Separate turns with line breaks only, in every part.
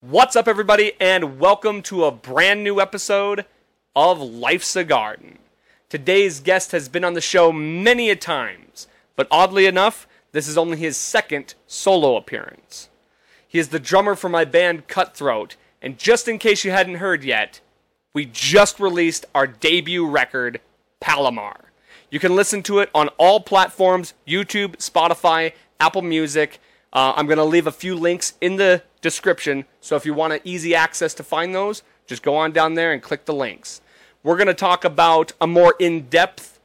What's up, everybody, and welcome to a brand new episode of Life's a Garden. Today's guest has been on the show many a times, but oddly enough, this is only his second solo appearance. He is the drummer for my band Cutthroat, and just in case you hadn't heard yet, we just released our debut record, Palomar. You can listen to it on all platforms YouTube, Spotify, Apple Music. Uh, I'm going to leave a few links in the description, so if you want easy access to find those, just go on down there and click the links. We're going to talk about a more in depth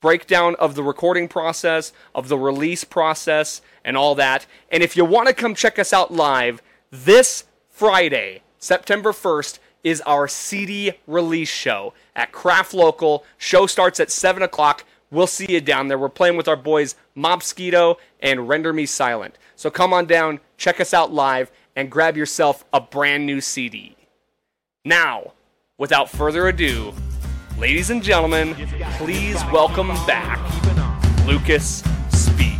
breakdown of the recording process, of the release process, and all that. And if you want to come check us out live, this Friday, September 1st, is our CD release show at Craft Local. Show starts at 7 o'clock. We'll see you down there. We're playing with our boys Mobsquito and Render Me Silent. So come on down, check us out live, and grab yourself a brand new CD. Now, without further ado, ladies and gentlemen, please welcome back Lucas Speed.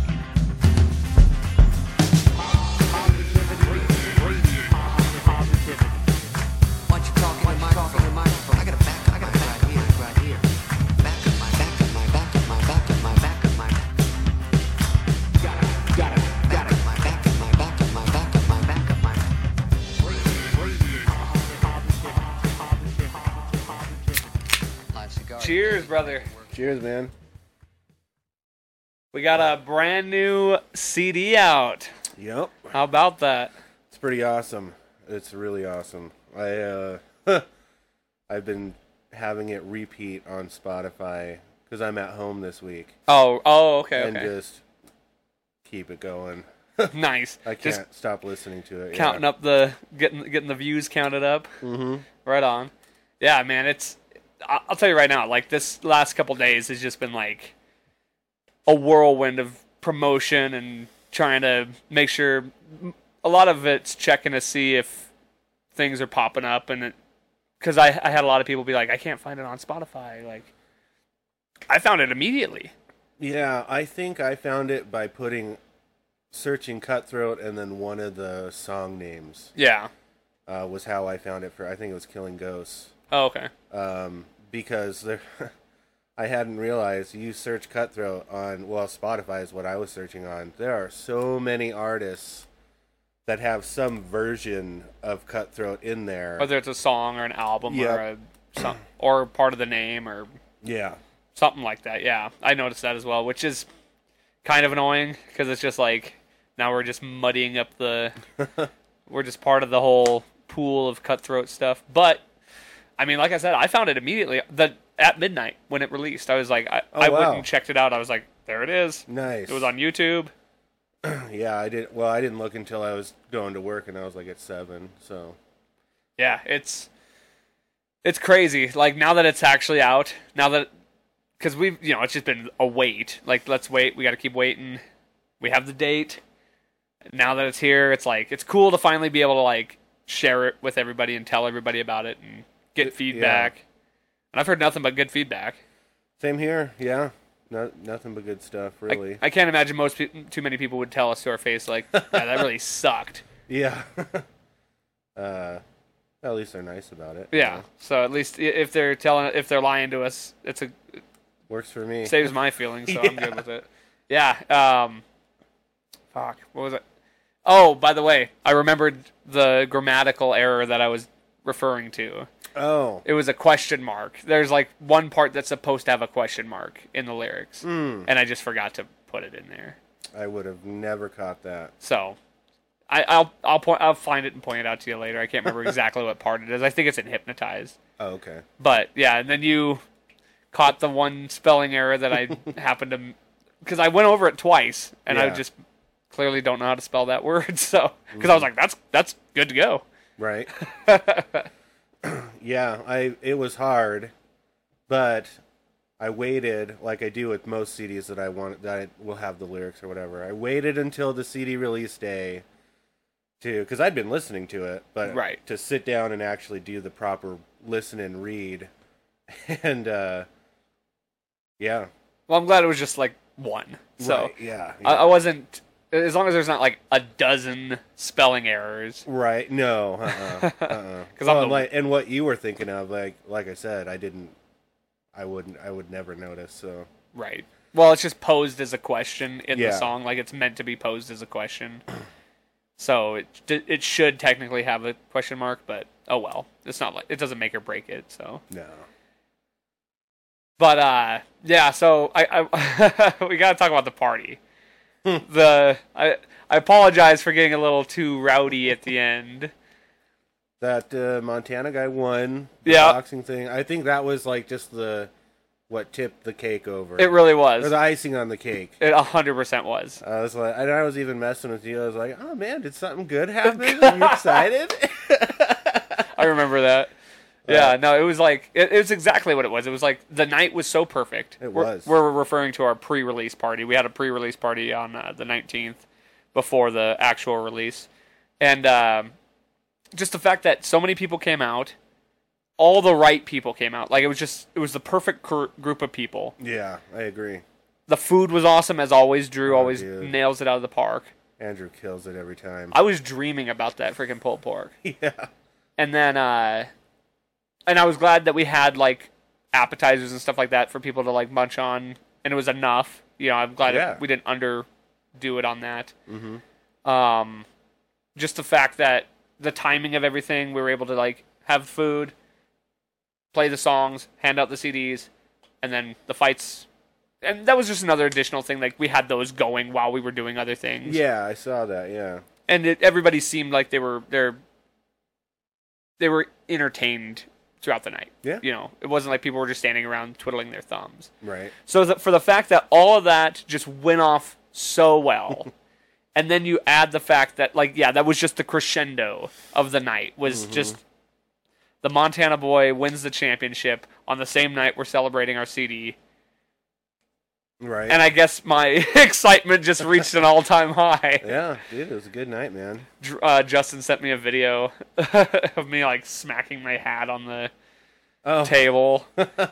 Why don't you talk in the microphone? I got a back up, I got a back right here, right here. Back up my back up my back up my back up my back up my back up my back up my back up my back up my back up my
Cheers, brother.
Cheers, man.
We got a brand new CD out.
Yep.
How about that?
It's pretty awesome. It's really awesome. I uh I've been having it repeat on Spotify cuz I'm at home this week
Oh, oh, okay,
and
okay.
just keep it going.
nice.
I
Just
can't stop listening to it.
counting up the getting getting the views counted up. Mm-hmm. Right on. Yeah, man. It's I- I'll tell you right now. Like this last couple days has just been like a whirlwind of promotion and trying to make sure. A lot of it's checking to see if things are popping up, and because I I had a lot of people be like, I can't find it on Spotify. Like I found it immediately.
Yeah, I think I found it by putting searching cutthroat and then one of the song names
Yeah.
uh, was how I found it for I think it was Killing Ghosts.
Oh, okay.
um, because there, I hadn't realized you search cutthroat on well Spotify is what I was searching on. There are so many artists that have some version of cutthroat in there.
Whether it's a song or an album
Yeah.
or a some, or part of the name or
yeah,
something like that. Yeah, I noticed that as well, which is kind of annoying because it's just like now we're just muddying up the. we're just part of the whole pool of cutthroat stuff. But I mean, like I said, I found it immediately that at midnight when it released. I was like, I, I
Oh, wow.
went and checked it out. I was like, there it is.
nice.
It was on YouTube.
Yeah, I did. Well, I didn't look until I was going to work, and I was like at seven. So
yeah, it's it's crazy. Like now that it's actually out, now that because we've you know it's just been a wait. Like let's wait. We got to keep waiting. We have the date. Now that it's here, it's like it's cool to finally be able to like share it with everybody and tell everybody about it and get feedback. And I've heard nothing but good feedback.
same here. Yeah, no, nothing but good stuff, really.
I can't imagine most pe- too many people would tell us to our face like, yeah, that really sucked.
yeah. uh, at least they're nice about it. you
Yeah.
know.
So at least i- if they're telling if they're lying to us, it's a
works for me.
saves my feelings, so I'm good with it. Yeah. Um, fuck. What was it? Oh, by the way, I remembered the grammatical error that I was referring to.
oh,
It was a question mark. There's like one part that's supposed to have a question mark in the lyrics, and I just forgot to put it in there.
I would have never caught that.
So. I, I'll I'll point I'll find it and point it out to you later. I can't remember exactly what part it is. I think it's in hypnotized.
Oh, okay.
But yeah, and then you caught the one spelling error that I happened to because I went over it twice and I
Yeah.
just clearly don't know how to spell that word. So because
Mm-hmm.
I was like, that's that's good to go.
Right. yeah, I it was hard, but I waited like I do with most CDs that I want that I will have the lyrics or whatever. I waited until the CD release day to cuz I'd been listening to it, but
Right.
to sit down and actually do the proper listen and read and uh yeah.
Well, I'm glad it was just like one. So
right, yeah.
I, I wasn't As long as there's not like a dozen spelling errors.
Right? No. Uh. uh uh.
'Cause
Well,
I'm the-
like, and what you were thinking of, like, like I said, I didn't. I wouldn't. I would never notice. So
Right. Well, it's just posed as a question in the
Yeah.
song, like it's meant to be posed as a question. So it d- it should technically have a question mark, but oh well, it's not like it doesn't make or break it. So,
no.
but uh, yeah. So I, I we gotta talk about the party. Hmm. the I I apologize for getting a little too rowdy at the end.
That uh, Montana guy won the
Yeah.
boxing thing. I think that was like just the what tipped the cake over.
It really
or
was.
the icing on the cake.
It hundred percent was.
I was like, and I was even messing with you. I was like, "Oh man, did something good happen? Are you excited?"
I remember that. Yeah, no, it was like it, it was exactly what it was. It was like the night was so perfect.
It
we're,
was.
We're referring to our pre-release party. We had a pre-release party on uh, the nineteenth before the actual release, and um, just the fact that so many people came out, all the right people came out. Like it was just it was the perfect cr- group of people.
yeah, I agree.
The food was awesome as always. Drew always
Oh, dude.
nails it out of the park.
Andrew kills it every time.
I was dreaming about that freaking pulled pork.
yeah,
and then uh and I was glad that we had like appetizers and stuff like that for people to like munch on, and it was enough. You know, I'm glad
Yeah.
that we didn't underdo it on that. Mm-hmm. Um, just the fact that the timing of everything, we were able to like have food, play the songs, hand out the CDs, and then the fights. And that was just another additional thing. Like we had those going while we were doing other things
yeah, I saw that. Yeah,
and it, everybody seemed like they were they're they were entertained throughout the night.
Yeah.
you know, it wasn't like people were just standing around twiddling their thumbs.
right.
So th- for the fact that all of that just went off so well, and then you add the fact that like yeah, that was just the crescendo of the night was just the Montana boy wins the championship on the same night we're celebrating our CD.
Right.
And I guess my excitement just reached an all-time high.
yeah, dude, it was a good night, man.
Dr- uh, Justin sent me a video of me like smacking my hat on the
Oh,
table,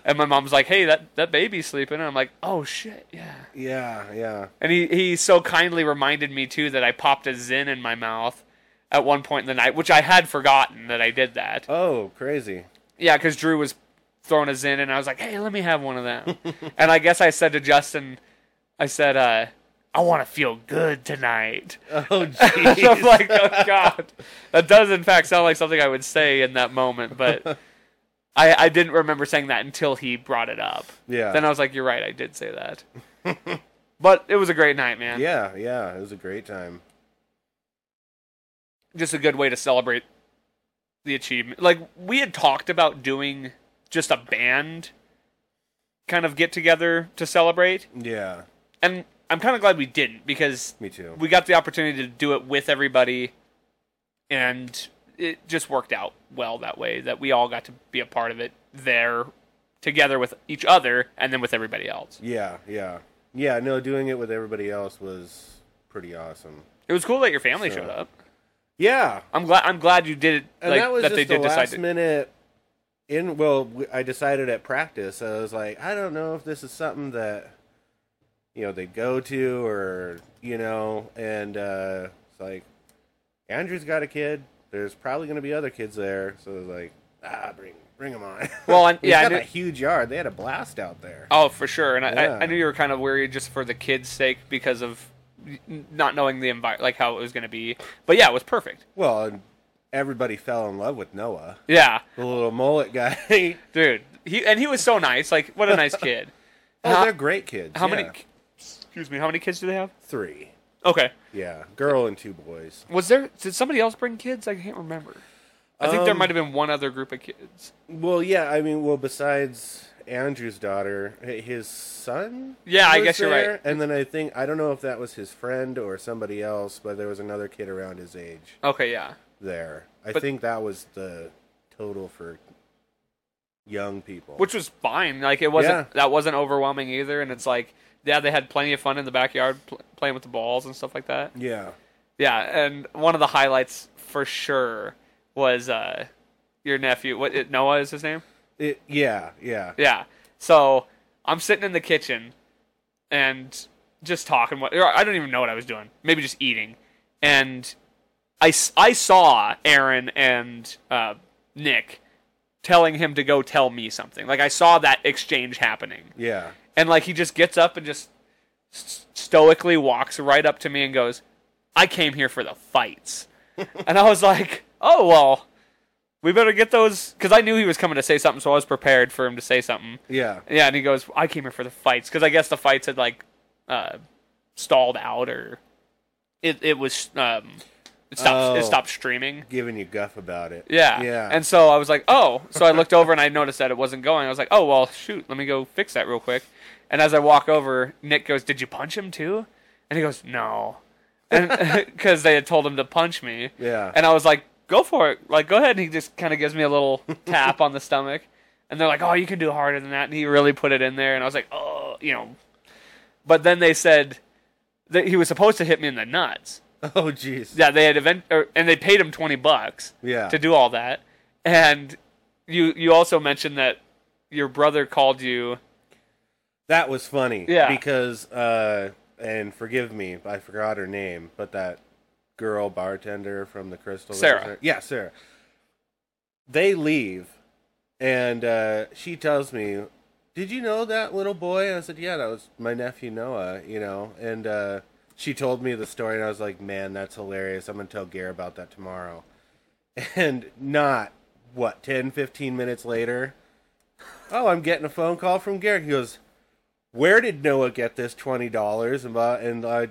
and my mom's like, "Hey, that that baby's sleeping," and I'm like, "Oh shit, yeah."
yeah, yeah.
And he he so kindly reminded me too that I popped a zin in my mouth at one point in the night, which I had forgotten that I did that.
Oh, crazy.
Yeah, because Drew was throwing a zin, and I was like, "Hey, let me have one of them." and I guess I said to Justin, I said, uh, "I want to feel good tonight."
Oh, jeez.
So I'm like, oh god, that does in fact sound like something I would say in that moment, but I I didn't remember saying that until he brought it up.
Yeah.
Then I was like, you're right, I did say that. but it was a great night, man.
yeah, yeah. It was a great time.
Just a good way to celebrate the achievement. Like we had talked about doing just a band kind of get together to celebrate,
Yeah,
and I'm kind of glad we didn't because
me too.
we got the opportunity to do it with everybody and it just worked out well that way that we all got to be a part of it there together with each other and then with everybody else
yeah, yeah, yeah. No, doing it with everybody else was pretty awesome.
it was cool that your family
So-
showed up
Yeah,
i'm glad i'm glad you did it
and
like,
that was just
they
the
did
last
decide to
minute. In well, w- I decided at practice. I was like, I don't know if this is something that you know they go to or you know, and uh, it's like Andrew's got a kid. There's probably going to be other kids there, so I was like, ah, bring bring them on.
Well, and-
We've
yeah, I
got
knew-
a huge yard. They had a blast out there.
oh for sure and I,
Yeah.
I, I knew you were kind of worried just for the kids sake because of n- not knowing the environment like how it was going to be but yeah it was perfect
Well, and everybody fell in love with Noah,
yeah
the little mullet guy.
dude he and he was so nice like what a nice kid
oh,
How-
they're great kids.
How
yeah.
many? Excuse me. How many kids do they have?
Three.
Okay.
Yeah, girl and two boys.
Was there? Did somebody else bring kids? I can't remember. I think there
Um,
might have been one other group of kids.
Well, yeah, I mean, well, besides Andrew's daughter, h- his son.
Yeah, I
was
guess you're
there,
right.
And then I think I don't know if that was his friend or somebody else, but there was another kid around his age
Okay, yeah.
there. I
But-
think that was the total for young people.
Which was fine. Like it wasn't.
Yeah.
That wasn't overwhelming either. And it's like, yeah, they had plenty of fun in the backyard pl- playing with the balls and stuff like that.
yeah,
Yeah, and one of the highlights for sure was uh, your nephew. What it, Noah is his name?
it, yeah, yeah,
Yeah. So I'm sitting in the kitchen, and just talking. What I don't even know what I was doing. Maybe just eating. And I, s- I saw Aaron and uh, Nick telling him to go tell me something. Like I saw that exchange happening.
Yeah.
And like he just gets up and just s- stoically walks right up to me and goes, "I came here for the fights." and I was like, "Oh well, we better get those cuz I knew he was coming to say something, so I was prepared for him to say something."
Yeah.
Yeah, and he goes, "I came here for the fights cuz I guess the fights had like uh stalled out or it it was um it stopped it
Oh.
stopped streaming.
Giving you guff about it.
Yeah.
Yeah.
And so I was like, oh. So I looked over and I noticed that it wasn't going. I was like, oh well, shoot. Let me go fix that real quick. And as I walk over, Nick goes, "Did you punch him too?" And he goes, "No," because they had told him to punch me.
Yeah.
And I was like, "Go for it. Like, go ahead." And he just kind of gives me a little tap on the stomach. And they're like, "Oh, you can do harder than that." And he really put it in there. And I was like, "Oh, you know." But then they said that he was supposed to hit me in the nuts.
oh, jeez.
Yeah, they had event, or, and they paid him twenty bucks.
Yeah.
To do all that, and you you also mentioned that your brother called you.
That was funny.
Yeah.
Because, uh, and forgive me, I forgot her name, but that girl bartender from the Crystal.
Sarah.
River- Yeah, Sarah. They leave, and uh, she tells me, "Did you know that little boy?" I said, "Yeah, that was my nephew Noah." You know, and uh, she told me the story, and I was like, "Man, that's hilarious! I'm gonna tell Gare about that tomorrow." And not what 10, 15 minutes later. Oh, I'm getting a phone call from Garrett. He goes, where did Noah get this twenty dollars? And I, and I,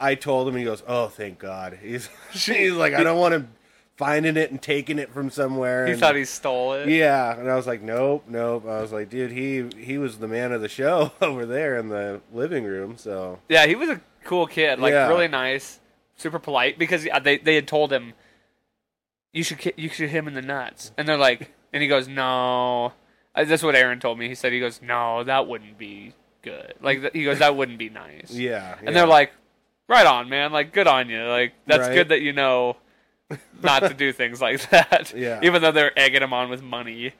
I told him. He goes, "Oh, thank God." He's she's like, "I don't want him finding it and taking it from somewhere."
He
and,
thought he stole it.
yeah, and I was like, "Nope, nope." I was like, "Dude, he he was the man of the show over there in the living room." So
Yeah, he was a cool kid. Like
Yeah.
really nice, super polite. Because yeah, they they had told him, you should ki- you should hit him in the nuts, and they're like, and he goes, no. Uh, That's what Aaron told me. He said he goes, no, that wouldn't be good. Like th- he goes, that wouldn't be nice.
yeah,
and they're like, "Right on, man! Like, good on you! Like, that's
Right.
good that you know not to do things like that."
Yeah.
Even though they're egging him on with money,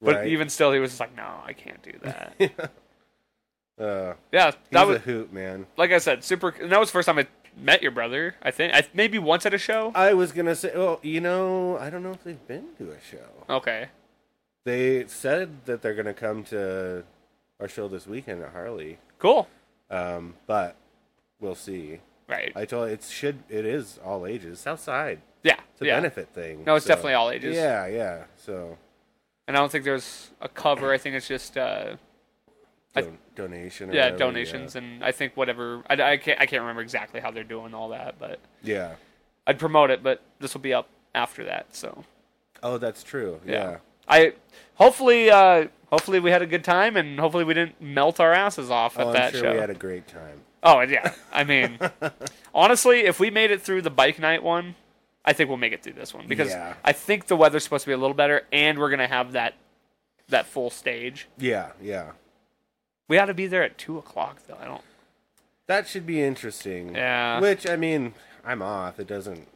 but
Right.
even still, he was just like, "No, I can't do that."
uh,
yeah,
that
that
was a
was
hoot, man.
like I said, super. And that was the first time I met your brother. I think I, maybe once at a show.
I was gonna say, well, you know, I don't know if they've been to a show.
Okay,
They said that they're gonna come to our show this weekend at Harley.
cool.
Um, but we'll see.
Right?
I told it should it is all ages. Southside.
yeah,
It's a
yeah.
benefit thing.
No, it's definitely all ages.
Yeah, yeah. So
And I don't think there's a cover. I think it's just. uh I-
don- donation. Or
yeah,
whatever,
donations and I think whatever I, I can't I can't remember exactly how they're doing all that, but
Yeah. Yeah.
I'd promote it, but this will be up after that. So
Oh, that's true. Yeah.
I hopefully uh, hopefully we had a good time and hopefully we didn't melt our asses off
Oh,
at
I'm
that
sure
show.
we had a great time.
oh yeah, I mean honestly, if we made it through the bike night one, I think we'll make it through this one because
Yeah.
I think the weather's supposed to be a little better and we're gonna have that that full stage.
Yeah, yeah.
We ought to be there at two o'clock though. I don't.
That should be interesting.
Yeah.
Which I mean, I'm off. It doesn't.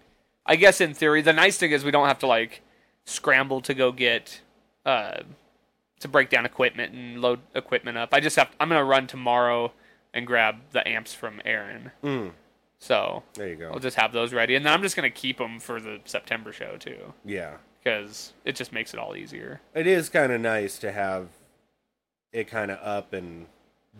I guess in theory, the nice thing is we don't have to like scramble to go get uh, to break down equipment and load equipment up. I just have I'm gonna run tomorrow and grab the amps from Aaron. So
Mm. There you go.
I'll just have those ready, and then I'm just gonna keep them for the September show too,
Yeah.
because it just makes it all easier.
It is kind of nice to have it kind of up and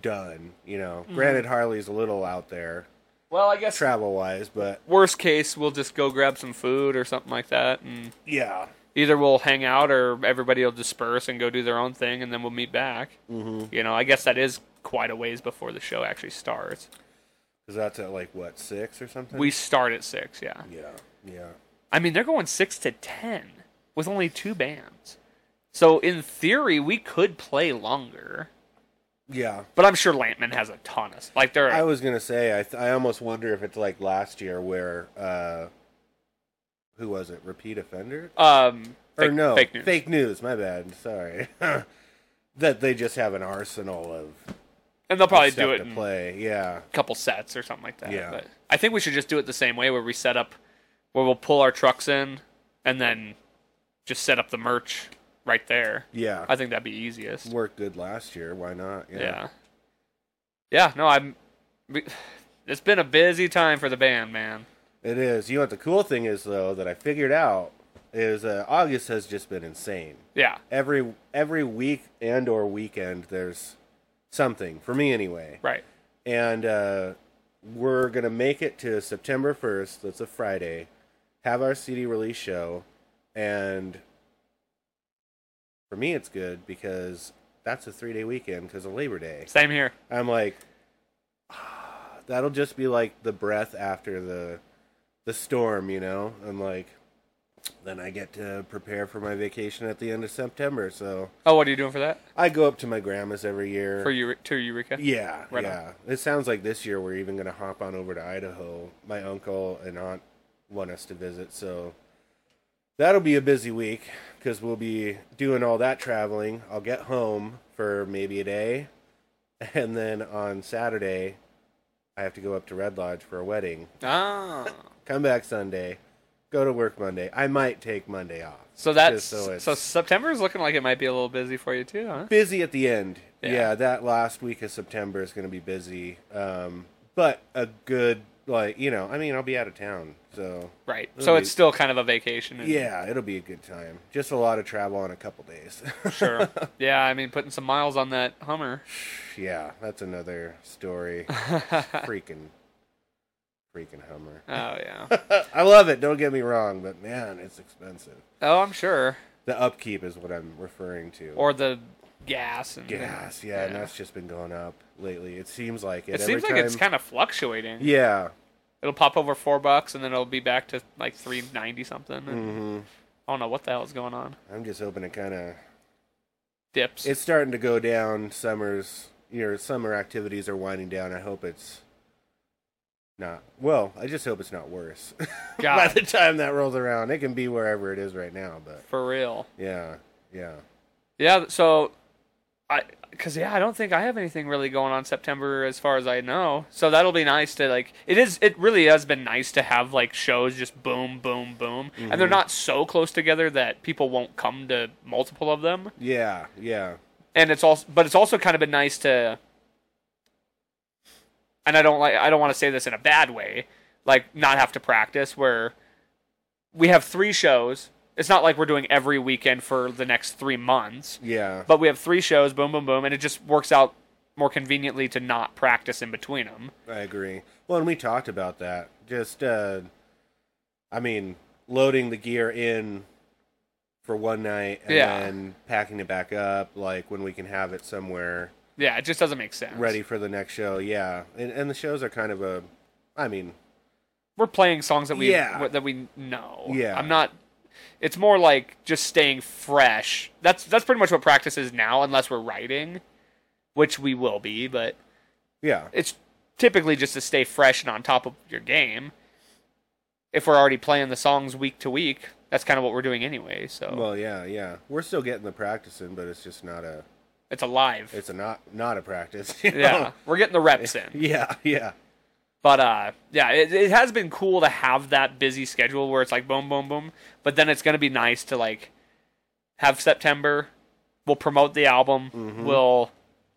done. You know,
Mm-hmm.
granted, Harley's a little out there
Well, I guess
travel wise, but
worst case we'll just go grab some food or something like that, and
yeah,
either we'll hang out or everybody will disperse and go do their own thing, and then we'll meet back. Mm-hmm. You know, I guess that is quite a ways before the show actually starts.
Because that's at like what six or something.
We start at six, yeah.
yeah yeah
I mean, they're going six to ten with only two bands, so in theory we could play longer.
yeah.
But I'm sure Lampman has a ton of like there.
I
Are,
was gonna say I th- I almost wonder if it's like last year where uh, who was it? Repeat offender
um,
or no
fake news.
Fake news. My bad. Sorry. that they just have an arsenal of
and they'll probably
stuff
do it
to
in a
play. Yeah
couple sets or something like that.
Yeah.
But I think we should just do it the same way, where we set up, where we'll pull our trucks in, and then just set up the merch right there.
yeah.
I think that'd be easiest.
Worked good last year. Why not?
Yeah. Yeah, no, I'm We- It's been a busy time for the band, man.
It is. You know what the cool thing is though that I figured out is uh, August has just been insane.
Yeah.
Every every week and or weekend there's something for me anyway.
Right.
and uh, we're gonna make it to September first. That's a Friday. Have our CD release show, and for me, it's good because that's a three day weekend because of Labor Day.
Same here.
I'm like, ah, that'll just be like the breath after the the storm, you know. I'm like, then I get to prepare for my vacation at the end of September. So
Oh, what are you doing for that?
I go up to my grandma's every year
For Eure- to Eureka?
yeah,
Right on.
yeah. It sounds like this year we're even going to hop on over to Idaho. My uncle and aunt want us to visit, so that'll be a busy week because we'll be doing all that traveling. I'll get home for maybe a day, and then on Saturday, I have to go up to Red Lodge for a wedding.
Ah.
Come back Sunday, go to work Monday. I might take Monday off.
So that's
Just so
so,
it's-
September is looking like it might be a little busy for you too, huh?
busy at the end.
Yeah.
Yeah, that last week of September is going to be busy. Um, but a good like you know, I mean, I'll be out of town, so
Right.
It'll
So
be-
it's still kind of a vacation. and-
yeah, it'll be a good time. Just a lot of travel in a couple days.
Sure. yeah, I mean putting some miles on that Hummer.
yeah, that's another story. freaking, freaking Hummer.
Oh yeah.
I love it. Don't get me wrong, but man, it's expensive.
oh, I'm sure.
The upkeep is what I'm referring to.
Or the gas and
gas, yeah, and that's just been going up lately. It seems like it.
It seems like
Every
it's
time-
kind of fluctuating.
yeah,
It'll pop over four bucks and then it'll be back to like three ninety something. Mm-hmm. I don't know what the hell is going on.
I'm just hoping it kind of
Dips.
it's starting to go down. Summer's your summer activities are winding down. I hope it's not. Well, I just hope it's not worse. By
God,
the time that rolls around, it can be wherever it is right now. But
for real.
yeah, yeah.
Yeah. So, I because yeah, I don't think I have anything really going on September as far as I know. So that'll be nice to like. It is. It really has been nice to have like shows just boom, boom, boom, and they're not so close together that people won't come to multiple of them.
Yeah, yeah.
and it's also but it's also kind of been nice to and I don't like I don't want to say this in a bad way, like not have to practice where we have 3 shows. It's not like we're doing every weekend for the next 3 months,
Yeah.
but we have 3 shows boom boom boom and it just works out more conveniently to not practice in between them.
I agree. Well, and we talked about that. Just, uh, I mean, loading the gear in for one night and
Yeah.
then packing it back up, like when we can have it somewhere
Yeah, it just doesn't make sense.
ready for the next show. Yeah, and and the shows are kind of a, I mean,
We're playing songs that we
Yeah.
wh- that we know.
Yeah.
I'm not it's more like just staying fresh. That's that's pretty much what practice is now unless we're writing, which we will be, but
yeah,
it's typically just to stay fresh and on top of your game. If we're already playing the songs week to week, that's kind of what we're doing anyway, so
well, yeah, yeah. We're still getting the practice in, but it's just not a,
it's alive.
it's a not not a practice. you know?
yeah. We're getting the reps in.
yeah, yeah,
But uh, yeah, it, it has been cool to have that busy schedule where it's like boom, boom, boom. But then it's gonna be nice to like have September. We'll promote the album. We'll,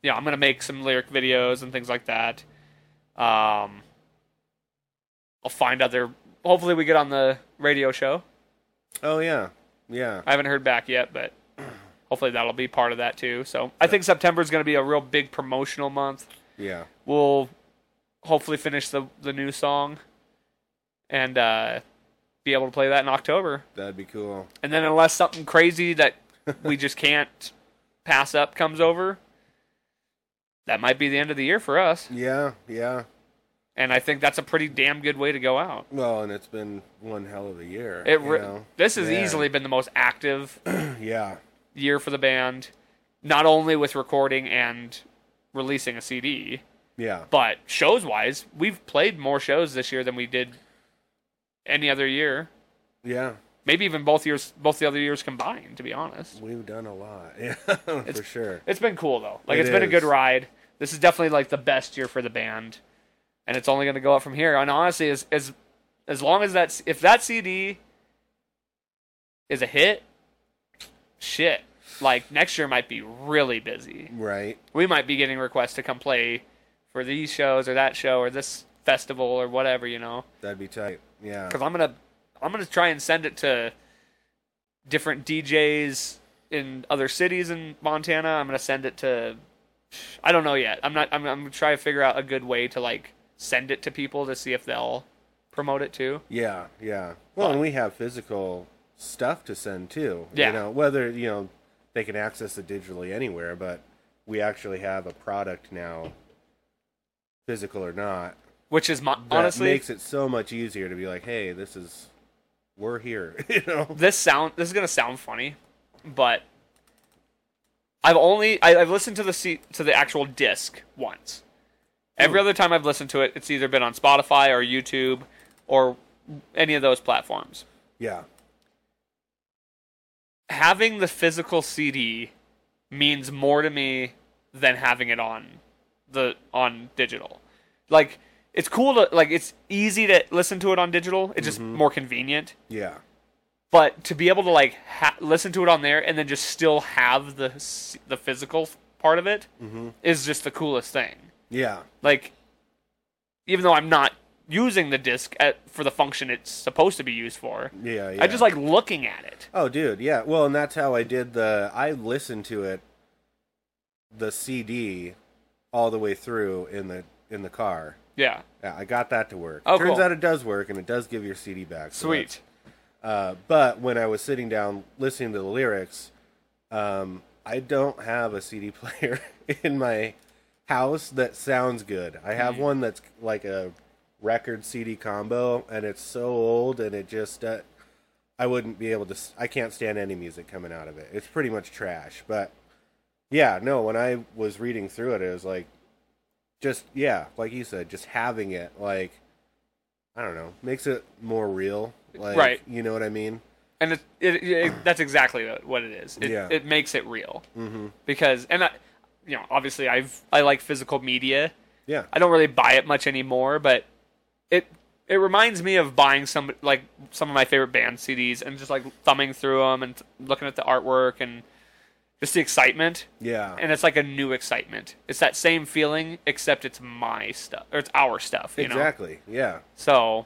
you know, I'm gonna make some lyric videos and things like that. Um, I'll find other. Hopefully, we get on the radio show.
Oh yeah, yeah.
I haven't heard back yet, but hopefully that'll be part of that too. So I think September is gonna be a real big promotional month
Yeah.
we'll hopefully finish the the new song and uh, be able to play that in October.
That'd be cool.
And then unless something crazy that we just can't pass up comes over, that might be the end of the year for us.
Yeah, yeah.
And I think that's a pretty damn good way to go out.
Well, and it's been one hell of a year.
It
you
re-
know?
this has
Man.
easily been the most active
yeah,
year for the band, not only with recording and releasing a CD,
yeah.
but shows wise, we've played more shows this year than we did any other year.
Yeah,
maybe even both years both the other years combined to be honest
we've done a lot. Yeah, for sure.
it's been cool though like
It
it's been a
is.
good ride this is definitely like the best year for the band and it's only going to go up from here and honestly as as as long as that's if that cd is a hit shit like next year might be really busy
Right.
we might be getting requests to come play or these shows or that show or this festival or whatever, you know.
That'd be tight. Yeah.
Because I'm gonna I'm gonna try and send it to different DJs in other cities in Montana. I'm gonna send it to I don't know yet. I'm not. I'm. I'm gonna try to figure out a good way to like send it to people to see if they'll promote it too.
Yeah, yeah. Well, and we have physical stuff to send too.
Yeah.
You know, whether, you know, they can access it digitally anywhere, but we actually have a product now, physical or not,
Which is my,
that
honestly
makes it so much easier to be like, hey, this is, we're here, you know?
this sound this is gonna sound funny, but I've only I, I've listened to the C, to the actual disc once. Every other time I've listened to it, it's either been on Spotify or YouTube or any of those platforms.
Yeah.
Having the physical CD means more to me than having it on the on digital. Like it's cool to like it's easy to listen to it on digital. It's just more convenient.
Yeah.
but to be able to like ha- listen to it on there and then just still have the s- the physical f- part of it is
Mm-hmm.
just the coolest thing.
Yeah.
Like, even though I'm not using the disc at, for the function it's supposed to be used for,
Yeah.
I just
yeah.
like looking at it.
Oh, dude, yeah. Well, and that's how I did the. I listened to it, the CD, all the way through in the in the car.
Yeah,
Yeah, I got that to work.
Oh,
Turns
cool.
out it does work, and it does give your CD back. so
sweet.
that's- Uh, but when I was sitting down listening to the lyrics, um, I don't have a CD player in my house that sounds good. I have one that's like a record CD combo, and it's so old, and it just uh, I wouldn't be able to. s- I can't stand any music coming out of it. It's pretty much trash. But yeah, no. When I was reading through it, it was like, just yeah, like you said, just having it like, I don't know, makes it more real. Like,
Right.
You know what I mean?
and it, it, it, that's exactly what- what it is. It,
Yeah.
it makes it real mm-hmm. because and I, you know, obviously I've I like physical media.
Yeah.
I don't really buy it much anymore, but it it reminds me of buying some like some of my favorite band CDs and just like thumbing through them and th- looking at the artwork and just the excitement.
yeah.
And it's like a new excitement. It's that same feeling, except it's my stuff or it's our stuff. You know.
exactly. Yeah.
So,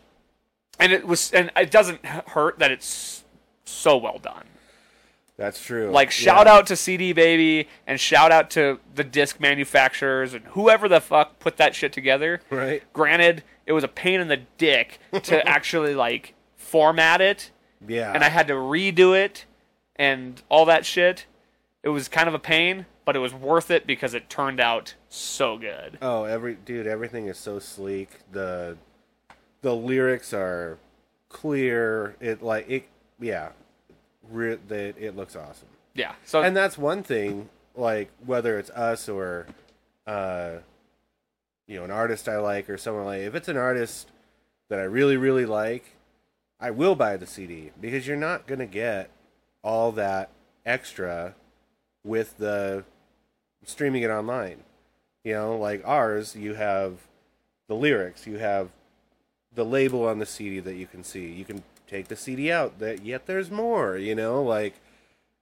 and it was and it doesn't h- hurt that it's so well done.
That's true.
Like shout out to CD Baby and shout out to the disc manufacturers and whoever the fuck put that shit together.
Right.
Granted, it was a pain in the dick to actually like format it
Yeah.
and I had to redo it and all that shit. It was kind of a pain, but it was worth it because it turned out so good.
Oh, every dude, everything is so sleek. The the lyrics are clear. It like it, yeah. Re- that it looks awesome,
Yeah. So
and that's one thing. Like whether it's us or, uh, you know, an artist I like or someone like. If it's an artist that I really really like, I will buy the CD because you're not gonna get all that extra with the streaming it online. You know, like ours, you have the lyrics, you have the label on the CD that you can see. You can take the CD out. That yet there's more. You know, like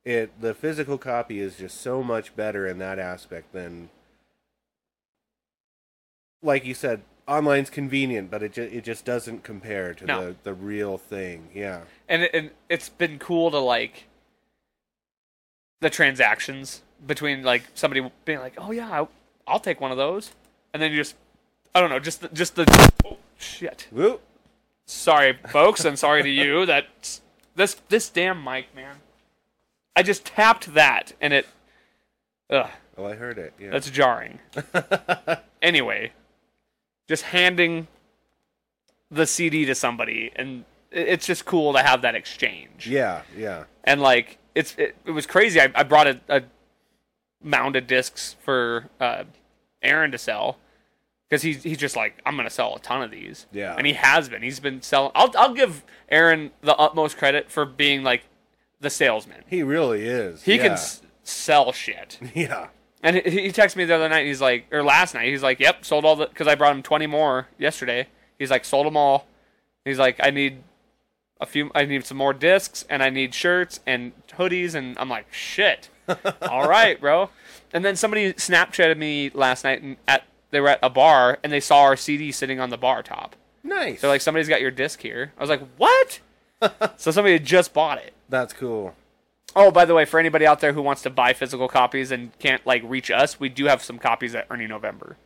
it. The physical copy is just so much better in that aspect than, like you said, online's convenient, but it ju- it just doesn't compare to
No.
the the real thing. Yeah.
and it, and it's been cool to like the transactions between like somebody being like, "Oh yeah, I'll, I'll take one of those," and then you just, I don't know, just the, just the oh, shit.
Whoop.
Sorry, folks, and sorry to you that this this damn mic, man. I just tapped that and it, ugh,
Oh, I heard it. Yeah.
that's jarring. anyway, just handing the CD to somebody and it- it's just cool to have that exchange
yeah. Yeah.
and like it's it, it was crazy. I, I brought a, a mound of discs for uh, Aaron to sell because he's he's just like I'm gonna sell a ton of these.
Yeah.
and he has been. He's been selling. I'll I'll give Aaron the utmost credit for being like the salesman.
He really is.
He can
yeah.
s- sell shit.
Yeah.
And he, he texted me the other night. And he's like, or last night. He's like, "Yep, sold all the." Because I brought him twenty more yesterday. He's like, "Sold them all." He's like, "I need a few. I need some more discs, and I need shirts and hoodies." And I'm like, "Shit, all right, bro." And then somebody Snapchatted me last night and at they were at a bar and they saw our CD sitting on the bar top.
Nice.
They're like, somebody's got your disc here. I was like, what? so somebody had just bought it.
that's cool.
Oh, by the way, for anybody out there who wants to buy physical copies and can't like reach us, we do have some copies at Ernie November.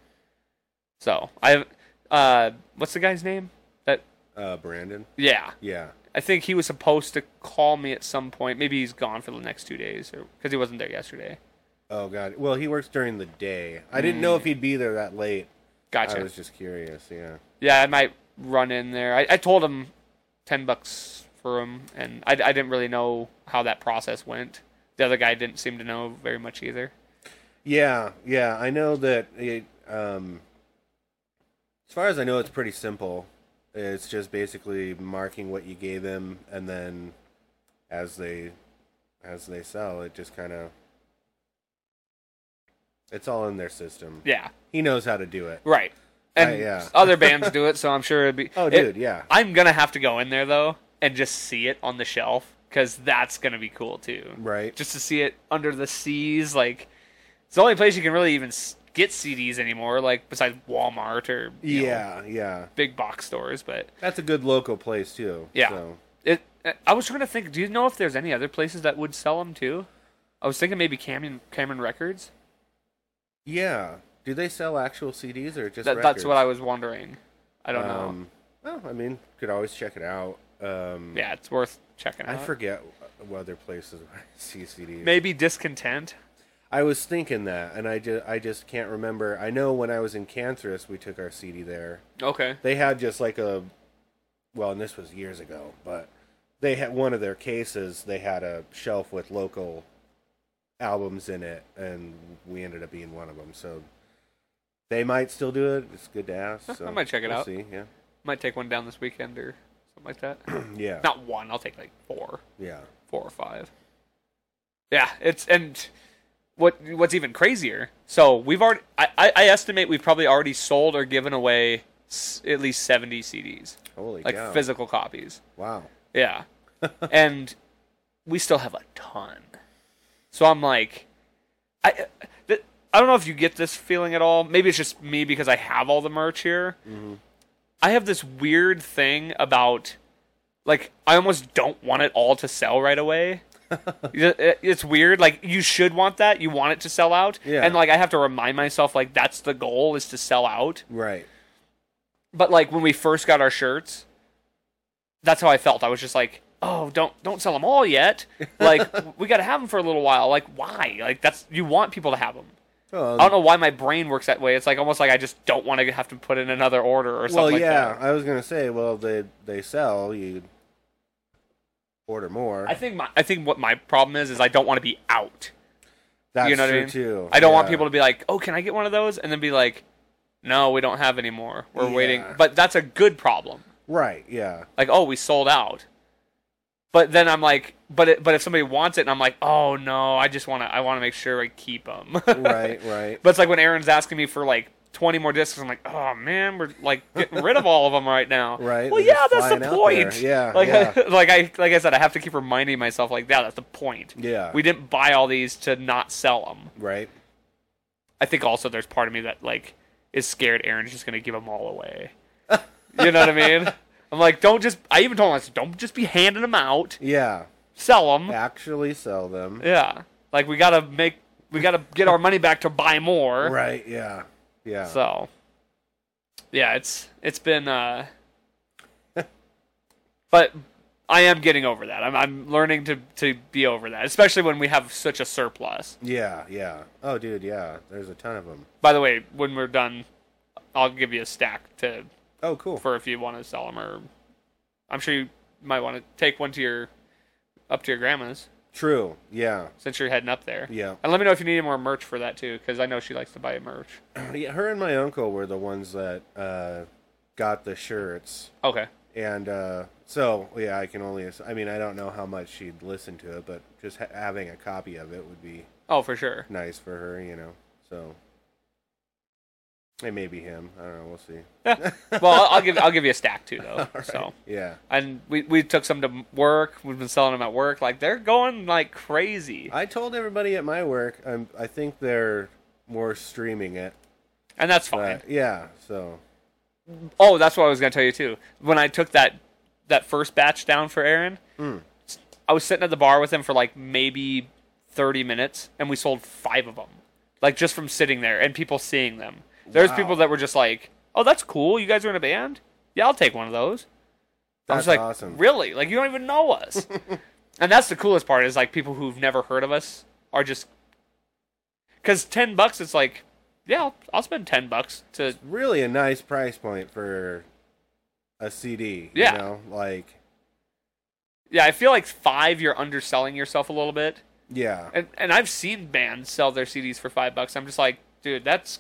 So I have, uh, what's the guy's name? That
Uh, Brandon.
yeah,
Yeah.
I think he was supposed to call me at some point. Maybe he's gone for the next two days, or because he wasn't there yesterday.
Oh God. Well, he works during the day. I didn't know if he'd be there that late.
Mm. Gotcha.
I was just curious. Yeah.
Yeah, I might run in there. I, I told him ten bucks for him, and I, I didn't really know how that process went. The other guy didn't seem to know very much either.
Yeah. Yeah. I know that it. Um, as far as I know, it's pretty simple. It's just basically marking what you gave him, and then as they as they sell, it just kind of. It's all in their system.
Yeah,
He knows how to do it.
right. And
Uh, yeah.
other bands do it, so I'm sure it'd be.
Oh,
it-
dude, yeah.
I'm gonna have to go in there though and just see it on the shelf because that's gonna be cool too.
Right.
Just to see it under the seas, like it's the only place you can really even s- get CDs anymore, like besides Walmart or you know,
yeah. Yeah.
big box stores, but.
That's a good local place too.
Yeah.
So.
It. uh, I was trying to think. Do you know if there's any other places that would sell them too? I was thinking maybe Cameron Cameron Records.
Yeah. Do they sell actual CDs or just
That, that's what I was wondering. I don't
Um, well, I mean, could always check it out.
know.
Um,
Yeah, it's worth checking
I
out.
forget wh- what other places where I see CDs.
maybe discontent.
I was thinking that, and I just I just can't remember. I know when I was in Cancerous, we took our CD there.
Okay.
They had just like a, well, and this was years ago, but they had one of their cases. They had a shelf with local albums in it, and we ended up being one of them. So they might still do it. It's good to ask. So
I might check it
we'll
out.
See, yeah,
Might take one down this weekend or something like that.
yeah,
Not one. I'll take like four,
yeah.
four or five. Yeah. It's and what what's even crazier. So we've already. I I, I estimate we've probably already sold or given away s- at least seventy CDs,
Holy
like
cow!
physical copies.
Wow.
Yeah. and we still have a ton. So I'm like, I, uh, th- I don't know if you get this feeling at all. Maybe it's just me because I have all the merch here. I have this weird thing about, like, I almost don't want it all to sell right away. It- it- it's weird. Like, you should want that. You want it to sell out.
Yeah.
And, like, I have to remind myself, like, that's the goal is to sell out
Right.
but like when we first got our shirts, that's how I felt. I was just like, "Oh, don't don't sell them all yet. Like we got to have them for a little while. Like why? Like that's you want people to have them.
Well,
I don't know why my brain works that way. It's like almost like I just don't want to have to put in another order or something
well,
like
yeah.
that.
I was gonna say, well, they they sell. You order more.
I think my I think what my problem is is I don't want to be out.
That's
you know what
true
I mean?
too.
I don't want
Yeah.
people to be like, "Oh, can I get one of those?" and then be like, "No, we don't have any more. We're waiting."
Yeah.
But that's a good problem.
Right. Yeah.
like oh we sold out but then i'm like but it, but if somebody wants it and i'm like oh no i just want to i want to make sure i keep them
Right. Right.
but it's like when aaron's asking me for like 20 more discs i'm like oh man we're like getting rid of all of them right now
Right,
well yeah
they're just
that's
flying
the
out
point
there. Yeah,
like
yeah.
I, like i like i said i have to keep reminding myself like yeah that's the point
Yeah.
we didn't buy all these to not sell them
right.
I think also there's part of me that like is scared Aaron's just gonna give them all away. you know what I mean? I'm like, don't just. I even told him, I said, don't just be handing them out.
Yeah.
Sell them. Yeah.
Actually sell them.
Like we gotta make, we gotta get our money back to buy more.
Right. Yeah. Yeah.
So, yeah, it's it's been. uh But I am getting over that. I'm I'm learning to to be over that, especially when we have such a surplus.
yeah. Yeah. Oh, dude. Yeah. There's a ton of them.
By the way, when we're done, I'll give you a stack to
Oh, cool.
for if you want to sell them or I'm sure you might want to take one to your up to your grandma's
True. Yeah.
since you're heading up there.
Yeah.
And let me know if you need any more merch for that too cuz I know she likes to buy merch.
Yeah, Her and my uncle were the ones that uh, got the shirts.
Okay.
And uh, so, yeah, I can only. ass- I mean, I don't know how much she'd listen to it, but just ha- having a copy of it would be
Oh, for sure.
nice for her, you know. So, it may be him. I don't know. We'll see.
Well, I'll, I'll give I'll give you a stack too though. So
Yeah,
and we, we took some to work. We've been selling them at work. Like they're going like crazy.
I told everybody at my work. I'm, I think they're more streaming it
and that's fine.
But yeah, so
Oh, that's what I was gonna tell you too. When I took that that first batch down for Aaron,
Mm.
I was sitting at the bar with him for like maybe thirty minutes, and we sold five of them, like just from sitting there and people seeing them. There's
Wow.
people that were just like, "Oh, that's cool. You guys are in a band? Yeah, I'll take one of those." I was
that's
like,
awesome.
"Really? Like you don't even know us?" and that's the coolest part is like people who've never heard of us are just because ten bucks. It's like, yeah, I'll, I'll spend ten bucks to
really a nice price point for a CD.
Yeah.
You know, like
Yeah, I feel like five, you're underselling yourself a little bit.
yeah,
And and I've seen bands sell their CDs for five bucks. I'm just like, dude, that's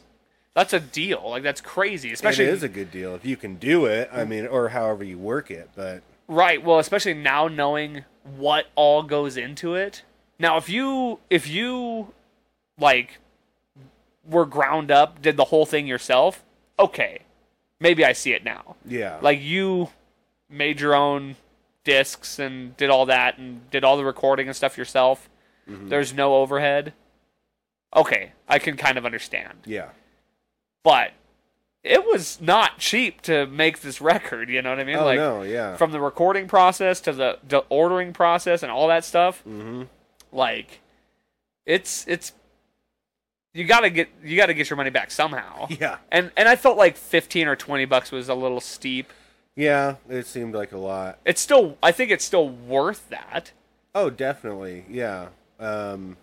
that's a deal. Like that's crazy. Especially
it is a good deal if you can do it. I mean, or however you work it, but
right. Well, especially now knowing what all goes into it. Now, if you if you like were ground up, did the whole thing yourself, okay, maybe I see it now.
yeah,
like you made your own discs and did all that and did all the recording and stuff yourself
Mm-hmm.
there's no overhead okay i can kind of understand
yeah,
but it was not cheap to make this record you know what i mean
oh
like
no, yeah,
from the recording process to the, the ordering process and all that stuff
Mhm.
like it's it's you gotta get you gotta get your money back somehow
yeah,
and and i felt like 15 or 20 bucks was a little steep
yeah. It seemed like a lot.
it's still I think it's still worth that.
Oh, definitely, yeah. Um,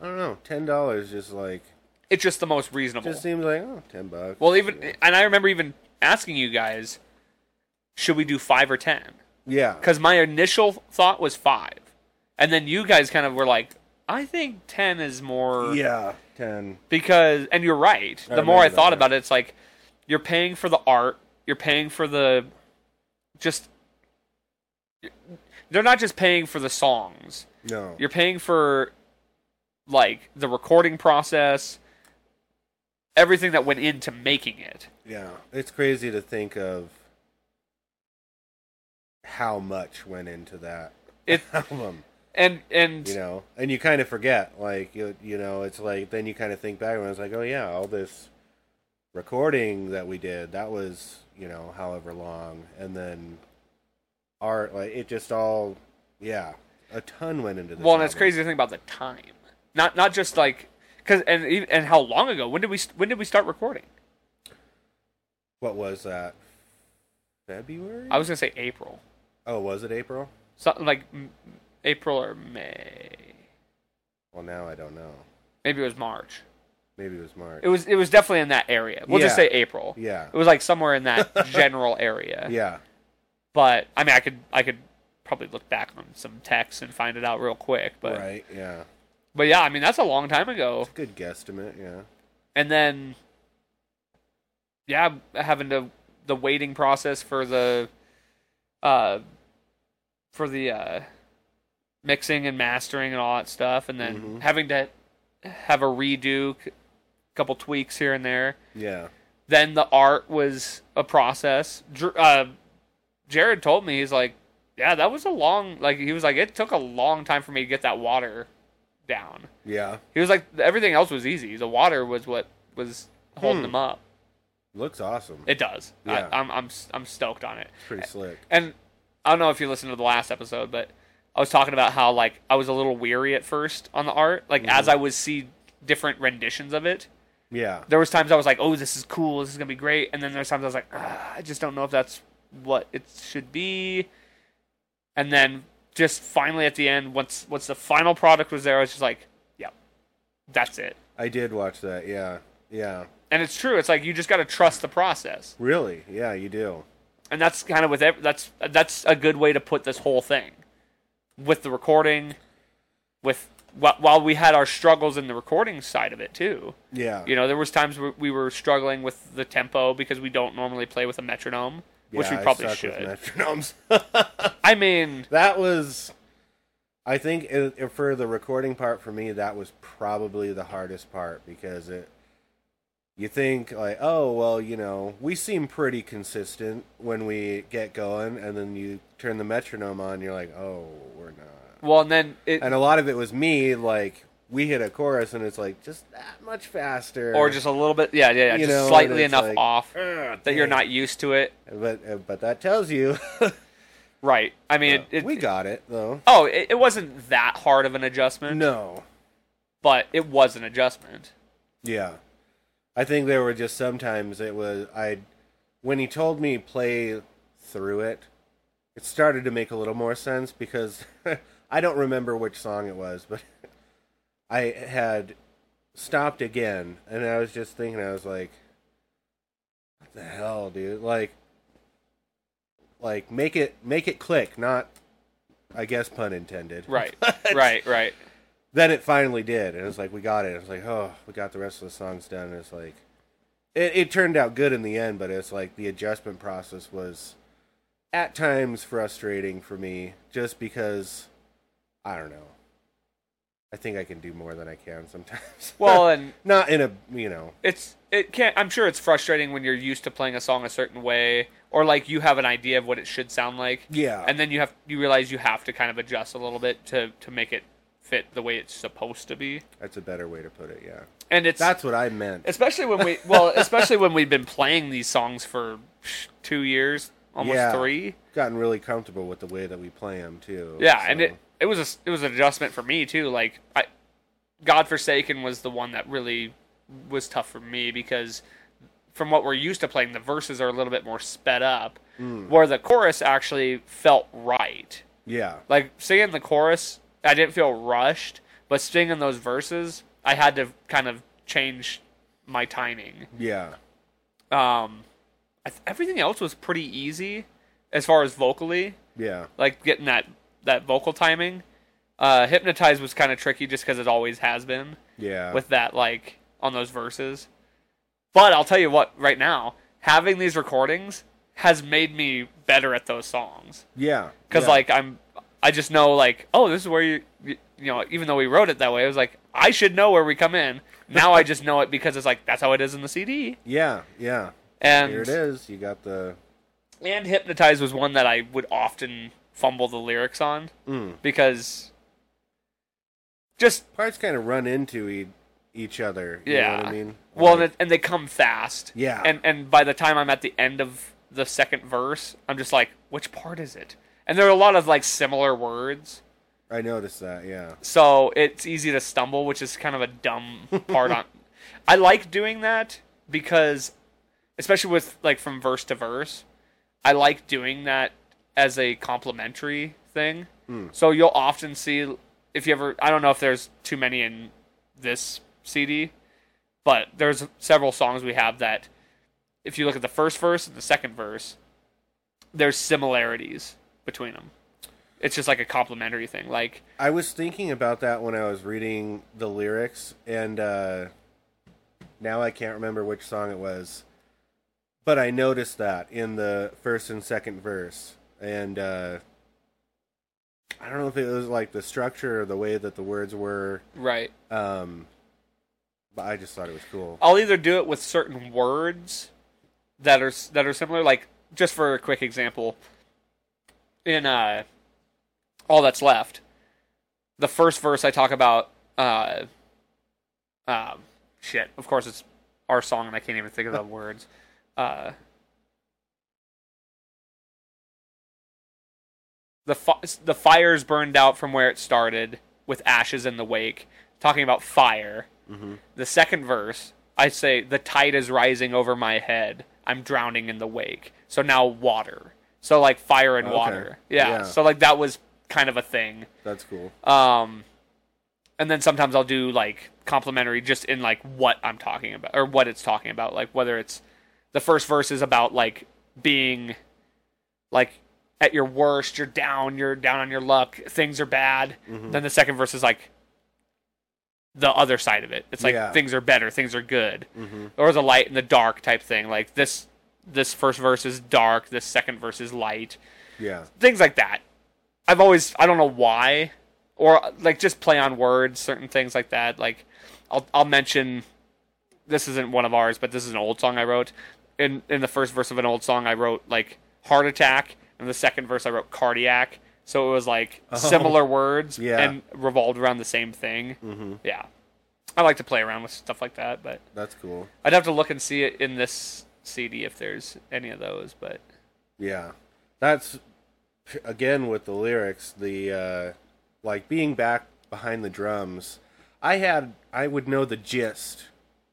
I don't know, ten dollars just like
It's just the most reasonable.
just seems like oh, ten bucks.
well, even and I remember even asking you guys, should we do five or ten?
yeah,
Because my initial thought was five, and then you guys kind of were like, I think ten is more.
yeah, ten.
Because and you're right.
I
The more I
remember that,
thought
yeah.
about it, it's like you're paying for the art. You're paying for the just. They're not just paying for the songs.
No,
you're paying for like the recording process everything that went into making it
yeah, it's crazy to think of how much went into that
it
album.
and and
you know and you kind of forget like you, you know it's like then you kind of think back and it's like oh yeah all this recording that we did that was you know however long and then art like it just all yeah a ton went into this
well and it's
album.
crazy to think about the time not not just like cuz and e- and how long ago when did we st- when did we start recording
what was that february
i was going to say april
oh was it april
something like m- april or may
well now i don't know
maybe it was march
maybe it was march
it was it was definitely in that area we'll just
Yeah.
say april
yeah
it was like somewhere in that general area
yeah
but I mean, I could I could probably look back on some texts and find it out real quick. But
right yeah
but yeah, I mean that's a long time ago.
good guesstimate yeah
And then yeah, having to the waiting process for the uh for the uh mixing and mastering and all that stuff, and then having to have a redo, c- couple tweaks here and there.
yeah
then the art was a process. Dr- Uh, Jared told me he's like, yeah, that was a long like he was like it took a long time for me to get that water down.
yeah
He was like everything else was easy. The water was what was holding them up.
looks awesome
It does.
Yeah.
I, I'm I'm s- I'm stoked on it.
pretty slick
And I don't know if you listened to the last episode, but I was talking about how like I was a little weary at first on the art, like as I would see different renditions of it
yeah
there was times I was like, "Oh, this is cool. This is gonna be great," and then there's times I was like, "Ah, "I just don't know if that's what it should be." And then just finally at the end, once once the final product was there, I was just like, "Yep, that's it."
I did watch that. Yeah, yeah.
And it's true. It's like you just gotta trust the process,
Really? Yeah, you do.
and that's kind of with ev- that's that's a good way to put this whole thing with the recording, with wh- while we had our struggles in the recording side of it too.
Yeah.
You know, there was times where we were struggling with the tempo because we don't normally play with a metronome, which we
Yeah, I
probably
suck with
should.
metronomes.
I mean,
that was, I think, it, it- for the recording part for me, that was probably the hardest part because it. You think like, oh well, you know, we seem pretty consistent when we get going, and then you turn the metronome on, you're like, oh, we're not.
well, and then it,
And a lot of it was me like we hit a chorus and it's like just that much faster,
or just a little bit, yeah, yeah, yeah
You
just
know,
slightly
it's
enough
like, eh,
off
"Ugh,
that you're
Ah,
not
dang."
used to it.
But uh, but that tells you
Right. I mean, it, it,
we got it though.
Oh, it, it wasn't that hard of an adjustment.
No,
but it was an adjustment.
Yeah. I think there were just sometimes it was I when he told me play through it, it started to make a little more sense because I don't remember which song it was, but I had stopped again and I was just thinking I was like what the hell, dude? Like like make it make it click, not I guess pun intended.
Right. right. Right.
then it finally did, and it was like we got it. It was like oh, we got the rest of the songs done. And it's like it, it turned out good in the end, but it's like the adjustment process was at times frustrating for me, just because I don't know. I think I can do more than I can sometimes.
Well, and
not in a you know
it's it can't. I'm sure it's frustrating when you're used to playing a song a certain way, or like you have an idea of what it should sound like.
Yeah.
And then you have you realize you have to kind of adjust a little bit to to make it fit the way it's supposed to be.
that's a better way to put it. Yeah,
And it's
that's what I meant.
especially when we well especially when we've been playing these songs for psh, two years, almost
Yeah.
three.
Gotten really comfortable with the way that we play them too.
Yeah, and
so-
it it was a, it was an adjustment for me too. Like I, Godforsaken was the one that really was tough for me because from what we're used to playing, the verses are a little bit more sped up, where the chorus actually felt right.
yeah
Like singing the chorus, I didn't feel rushed, but singing those verses, I had to kind of change my timing.
yeah
Um, I th- everything else was pretty easy as far as vocally
yeah
like getting that that vocal timing. Uh, Hypnotize was kind of tricky just because it always has been
yeah
with that like on those verses. But I'll tell you what, right now having these recordings has made me better at those songs
yeah
because
yeah.
like I'm I just know like oh this is where you you know even though we wrote it that way I was like I should know where we come in. Now I just know it because it's like that's how it is in the CD.
yeah yeah
And
Here it is. You got the
and hypnotize was one that I would often fumble the lyrics on
Hmm.
because just
parts kind of run into e- each other. You
yeah.
know what I mean?
Well,
Like,
and, it, and they come fast.
Yeah.
And and by the time I'm at the end of the second verse, I'm just like, which part is it? And there are a lot of like similar words,
I noticed that. Yeah,
so it's easy to stumble, which is kind of a dumb part on. I like doing that because, especially with like from verse to verse, I like doing that as a complimentary thing. So you'll often see if you ever I don't know if there's too many in this CD, but there's several songs we have that if you look at the first verse and the second verse, there's similarities between them. It's just like a complimentary thing. Like
I was thinking about that when I was reading the lyrics, and uh, now I can't remember which song it was, but I noticed that in the first and second verse, and uh, I don't know if it was like the structure or the way that the words were,
right.
um, but I just thought it was cool.
I'll either do it with certain words that are that are similar. Like just for a quick example, in uh, all that's left, the first verse I talk about uh, um, shit. Of course, it's our song, and I can't even think of the words. Uh, the fi- the fires burned out from where it started, with ashes in the wake. Talking about fire. The second verse, I say, The tide is rising over my head. I'm drowning in the wake. So now water. So like fire and
Okay.
water. Yeah.
Yeah.
So like that was kind of a thing.
That's cool.
Um, and then sometimes I'll do like complimentary just in like what I'm talking about or what it's talking about. Like whether it's the first verse is about like being like at your worst, you're down, you're down on your luck, things are bad. Then the second verse is like the other side of it. It's like
Yeah.
things are better, things are good, or the light and the dark type thing. Like this, this first verse is dark, this second verse is light
Yeah,
things like that. I've always I don't know why or like just play on words, certain things like that. Like I'll I'll mention this isn't one of ours, but this is an old song I wrote. In in the first verse of an old song I wrote like heart attack and the second verse I wrote cardiac. So it was like similar words
Yeah.
and revolved around the same thing. Mm-hmm. Yeah. I like to play around with stuff like that, but
That's cool.
I'd have to look and see it in this CD if there's any of those. But
Yeah. That's again with the lyrics, the uh like being back behind the drums. I had I would know the gist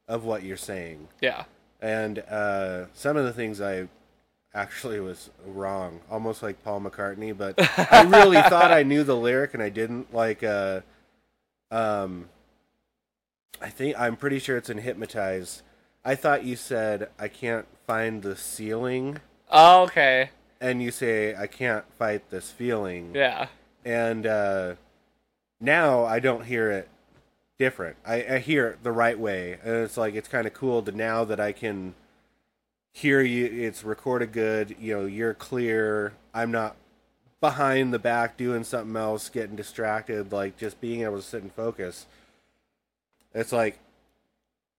of what you're saying.
yeah.
And uh some of the things I actually was wrong, almost like Paul McCartney, but I really thought I knew the lyric and I didn't like uh um I think I'm pretty sure it's in hypnotized. I thought you said I can't find the ceiling
Oh, okay.
and you say i can't fight this feeling
Yeah.
and uh, now i don't hear it different I, I hear it the right way and it's like it's kind of cool to now that i can hear you it's recorded good you know you're clear i'm not behind the back doing something else getting distracted like just being able to sit and focus it's like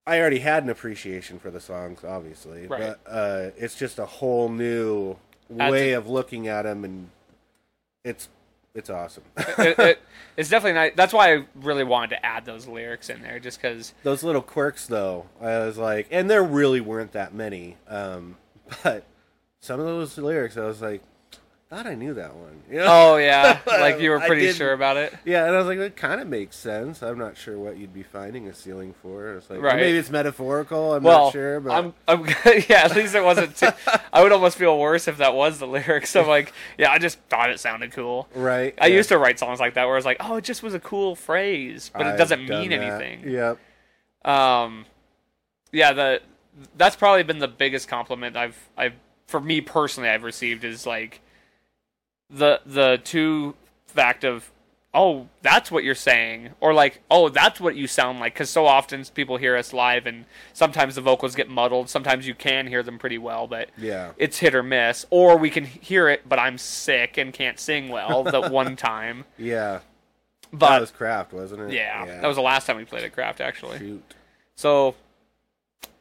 i already had an appreciation for the songs obviously
Right.
but uh, it's just a whole new
Adds
way of looking at them and it's it's awesome
it, it, it's definitely not. That's why I really wanted to add those lyrics in there, just because.
those little quirks though i was like and there really weren't that many um but some of those lyrics i was like thought i knew that one you know?
Oh yeah, like you were
I
pretty
didn't-
sure about it.
yeah and i was like that kind of makes sense i'm not sure what you'd be finding a ceiling for it's like
Right.
maybe it's metaphorical i'm
Well,
not sure but
I'm, I'm, yeah. At least it wasn't. Too, I would almost feel worse if that was the lyrics. I'm like, yeah, I just thought it sounded cool.
right
I
yeah.
used to write songs like that where it's like, oh, it just was a cool phrase, but it
I've
doesn't
done
mean
that.
anything.
yep
Um, yeah, the that's probably been the biggest compliment I've I've for me personally I've received is like the the two fact of oh that's what you're saying or like oh that's what you sound like because so often people hear us live and sometimes the vocals get muddled sometimes you can hear them pretty well but
Yeah.
it's hit or miss or we can hear it but i'm sick and can't sing well that one time
yeah
but
that was craft wasn't it
yeah, that was the last time we played at craft actually
shoot
so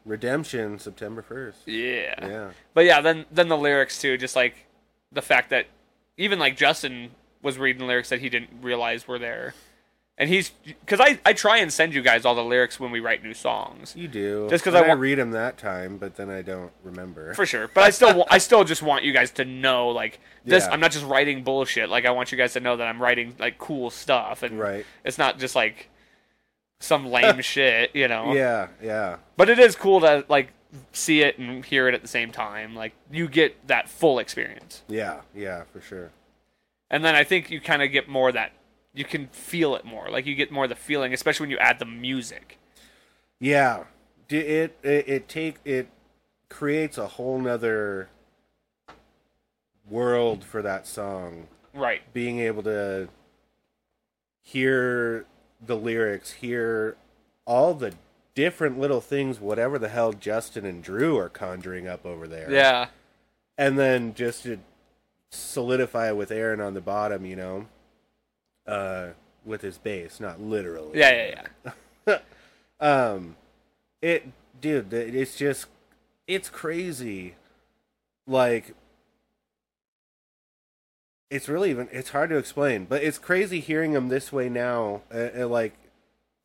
redemption september 1st
yeah
yeah
But yeah, then then the lyrics too, just like the fact that even like Justin was reading lyrics that he didn't realize were there, and he's because I I try and send you guys all the lyrics when we write new songs
You do.
Just 'cause
And
I wa-
read them that time, but then I don't remember.
for sure. But I still wa- I still just want you guys to know like this.
Yeah.
I'm not just writing bullshit. Like I want you guys to know that I'm writing like cool stuff, and
Right.
it's not just like some lame shit, you know.
Yeah, yeah,
But it is cool to like see it and hear it at the same time. Like you get that full experience.
yeah, yeah, for sure.
and then I think you kind of get more of that you can feel it more, like you get more of the feeling, especially when you add the music.
Yeah, D- it it, it take it creates a whole nother world for that song.
Right.
Being able to hear the lyrics, hear all the different little things, whatever the hell Justin and Drew are conjuring up over there.
Yeah.
and then just to solidify with Aaron on the bottom, you know, uh, with his bass, not literally.
Yeah. Yeah. Yeah.
Um, it, dude, th- it's just, it's crazy. Like, it's really even, it's hard to explain, but it's crazy hearing him this way now, uh, uh, like,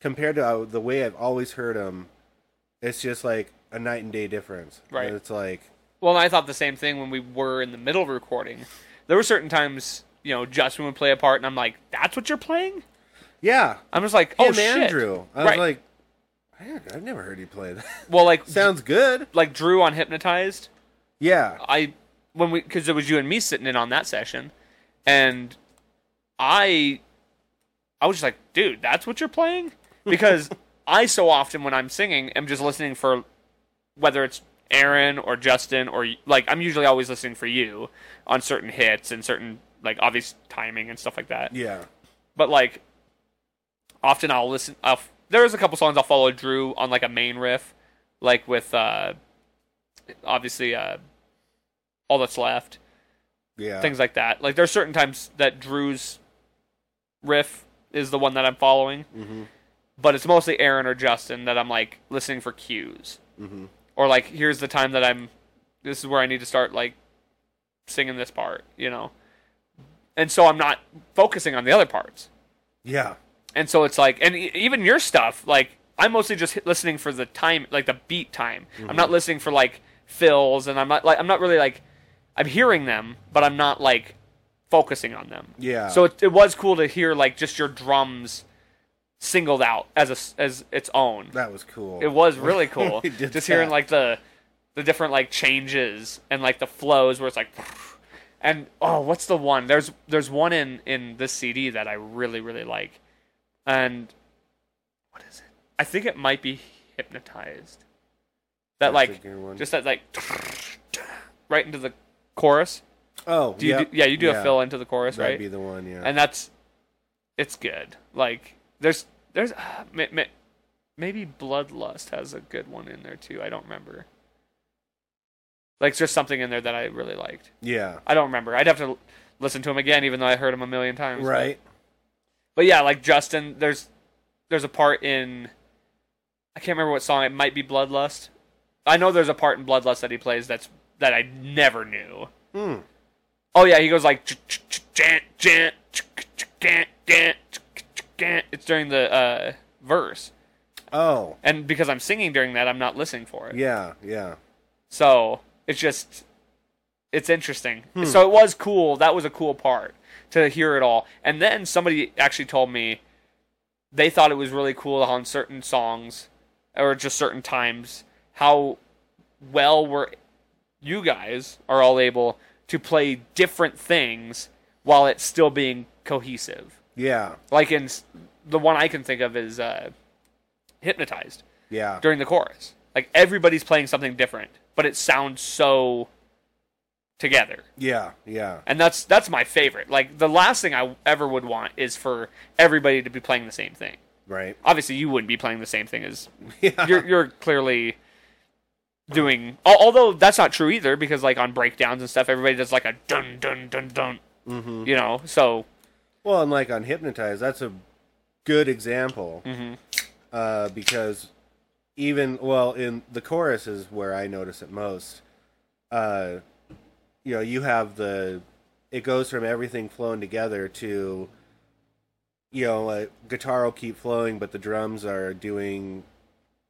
compared to uh, the way I've always heard him. It's just like a night and day difference.
Right.
It's like,
Well, and I thought the same thing when we were in the middle of recording. There were certain times, you know, Justin would play a part, and I'm like, "That's what you're playing."
yeah,
I'm just like, "Oh
him
shit,
and Drew. I
right.
was like, I don't- I've never heard you play that.
well, like,
Sounds good.
like Drew on hypnotized.
Yeah.
I when we because it was you and me sitting in on that session, and I I was just like, dude, that's what you're playing because I so often when I'm singing am just listening for whether it's Aaron or Justin or y- like I'm usually always listening for you on certain hits and certain like obvious timing and stuff like that.
Yeah.
But like often I'll listen. I'll, f- there's a couple songs I'll follow Drew on like a main riff, like with uh obviously uh all that's left
Yeah.
things like that. Like there's certain times that Drew's riff is the one that I'm following, but it's mostly Aaron or Justin that I'm like listening for cues, mm-hmm. or like here's the time that I'm. This is where I need to start like singing this part, you know. and so I'm not focusing on the other parts.
Yeah.
And so it's like, and e- even your stuff, like I'm mostly just hit- listening for the time, like the beat time. I'm not listening for like fills, and I'm not like I'm not really like I'm hearing them, but I'm not like focusing on them.
Yeah.
So it, it was cool to hear like just your drums singled out as a s- as its own.
That was cool.
It was really cool.
We did
just hearing
that.
like the the different like changes and like the flows where it's like and oh, what's the one? There's there's one in in this CD that I really really like. And what is it? I think it might be hypnotized. That
That's a
like
good one.
just that like right into the chorus.
Oh,
Do you
yep.
do, yeah, you do a fill into the chorus,
That'd
right?
be the one, yeah.
and that's it's good. Like there's there's uh, ma- ma- maybe Bloodlust has a good one in there too. I don't remember. Like there's something in there that I really liked.
yeah.
I don't remember. I'd have to l- listen to him again, even though I heard him a million times.
Right.
But yeah, like Justin, there's there's a part in I can't remember what song. It might be Bloodlust. I know there's a part in Bloodlust that he plays that's that I never knew.
Hmm.
Oh yeah, he goes like "Ch- ch- ch- chant, chant, ch- ch- ch- chant, chant, ch- ch- ch- chant." it's during the uh, verse,
Oh,
and because I'm singing during that, I'm not listening for it.
yeah, yeah.
So it's just it's interesting. So it was cool. That was a cool part to hear it all. And then somebody actually told me they thought it was really cool on certain songs or just certain times how well were you guys are all able to play different things while it's still being cohesive.
Yeah.
Like in s- the one I can think of is uh, hypnotized
Yeah.
during the chorus. Like everybody's playing something different, but it sounds so together.
yeah. Yeah.
And that's that's my favorite. Like the last thing I ever would want is for everybody to be playing the same thing.
Right.
Obviously, you wouldn't be playing the same thing as
Yeah.
you're. You're clearly doing. al- Although that's not true either, because like on breakdowns and stuff, everybody does like a dun dun dun dun. Mm-hmm. You know, so
Well, and like on hypnotize, that's a good example
Mm-hmm.
uh, because even well, in the chorus is where I notice it most. Uh, you know, you have the it goes from everything flowing together to you know, uh, guitar will keep flowing, but the drums are doing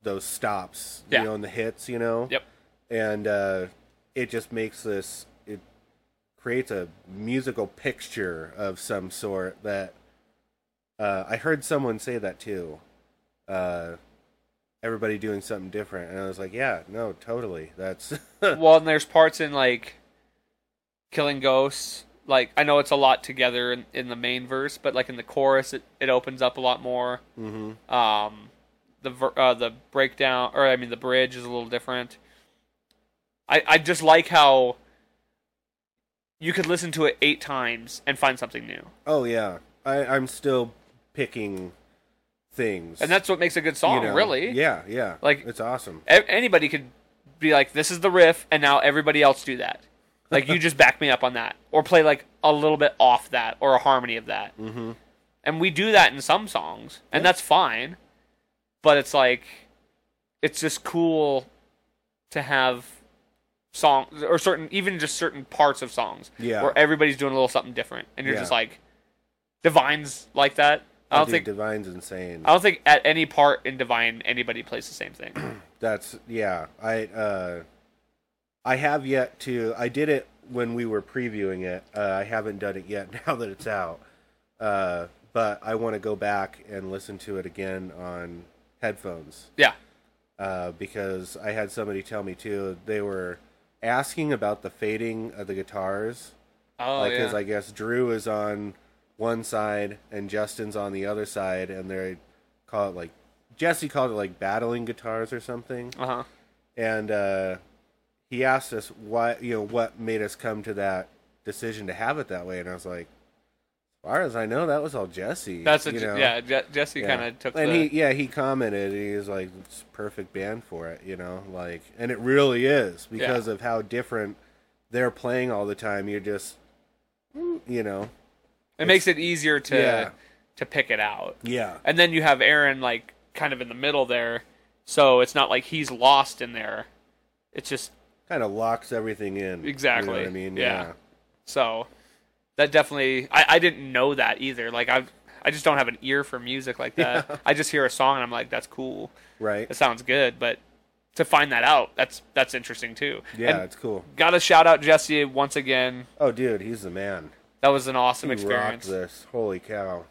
those stops,
Yeah.
you know, and the hits, you know,
yep.
and uh, it just makes this it creates a musical picture of some sort that uh, I heard someone say that too. Uh, everybody doing something different, and I was like, yeah, no, totally. That's
well, and there's parts in like killing ghosts. Like I know it's a lot together in, in the main verse, but like in the chorus, it, it opens up a lot more. Mm-hmm. Um, the ver- uh, the breakdown, or I mean, the bridge is a little different. I I just like how you could listen to it eight times and find something new,
oh yeah, I, I'm still picking things,
and that's what makes a good
you
song,
know?
really.
yeah, yeah,
Like-
it's awesome.
A- anybody could be like, "This is the riff," and now everybody else do that. Like you just back me up on that, or play like a little bit off that, or a harmony of that. Mm-hmm. And we do that in some songs, and that's fine. But it's like, it's just cool to have songs or certain, even just certain parts of songs,
Yeah.
where everybody's doing a little something different, and you're
Yeah.
just like, Divine's like that. I don't
Dude,
think
Divine's insane.
I don't think at any part in Divine anybody plays the same thing.
That's yeah. I uh, I have yet to. I did it when we were previewing it. Uh, I haven't done it yet now that it's out. Uh, but I want to go back and listen to it again on headphones
yeah.
uh, because I had somebody tell me too. They were asking about the fading of the guitars
Oh yeah.
because I guess Drew is on one side and Justin's on the other side, and they call it like Jesse called it like battling guitars or something
Uh huh.
and uh, he asked us why you know what made us come to that decision to have it that way and i was like as far as i know that was all jesse
That's a
you
Je-
know?
yeah. Je- Jesse kind of took
and
the
he yeah he commented and he was like it's a perfect band for it you know like and it really is because of how different they're playing all the time you're just you know
it makes it easier to
Yeah.
to pick it out.
yeah
And then you have Aaron like kind of in the middle there, so it's not like he's lost in there. It's just
kind of locks everything in you know
Exactly.
what i mean
Yeah. so that definitely. I, I didn't know that either. Like I've. I just don't have an ear for music like that. I just hear a song and I'm like, "That's cool.
Right.
That sounds good." But to find that out, that's that's interesting too.
Yeah,
And
it's cool.
gotta shout out Jesse once again.
Oh, dude, he's the man.
That was an awesome
He rocked
experience.
this. Holy cow.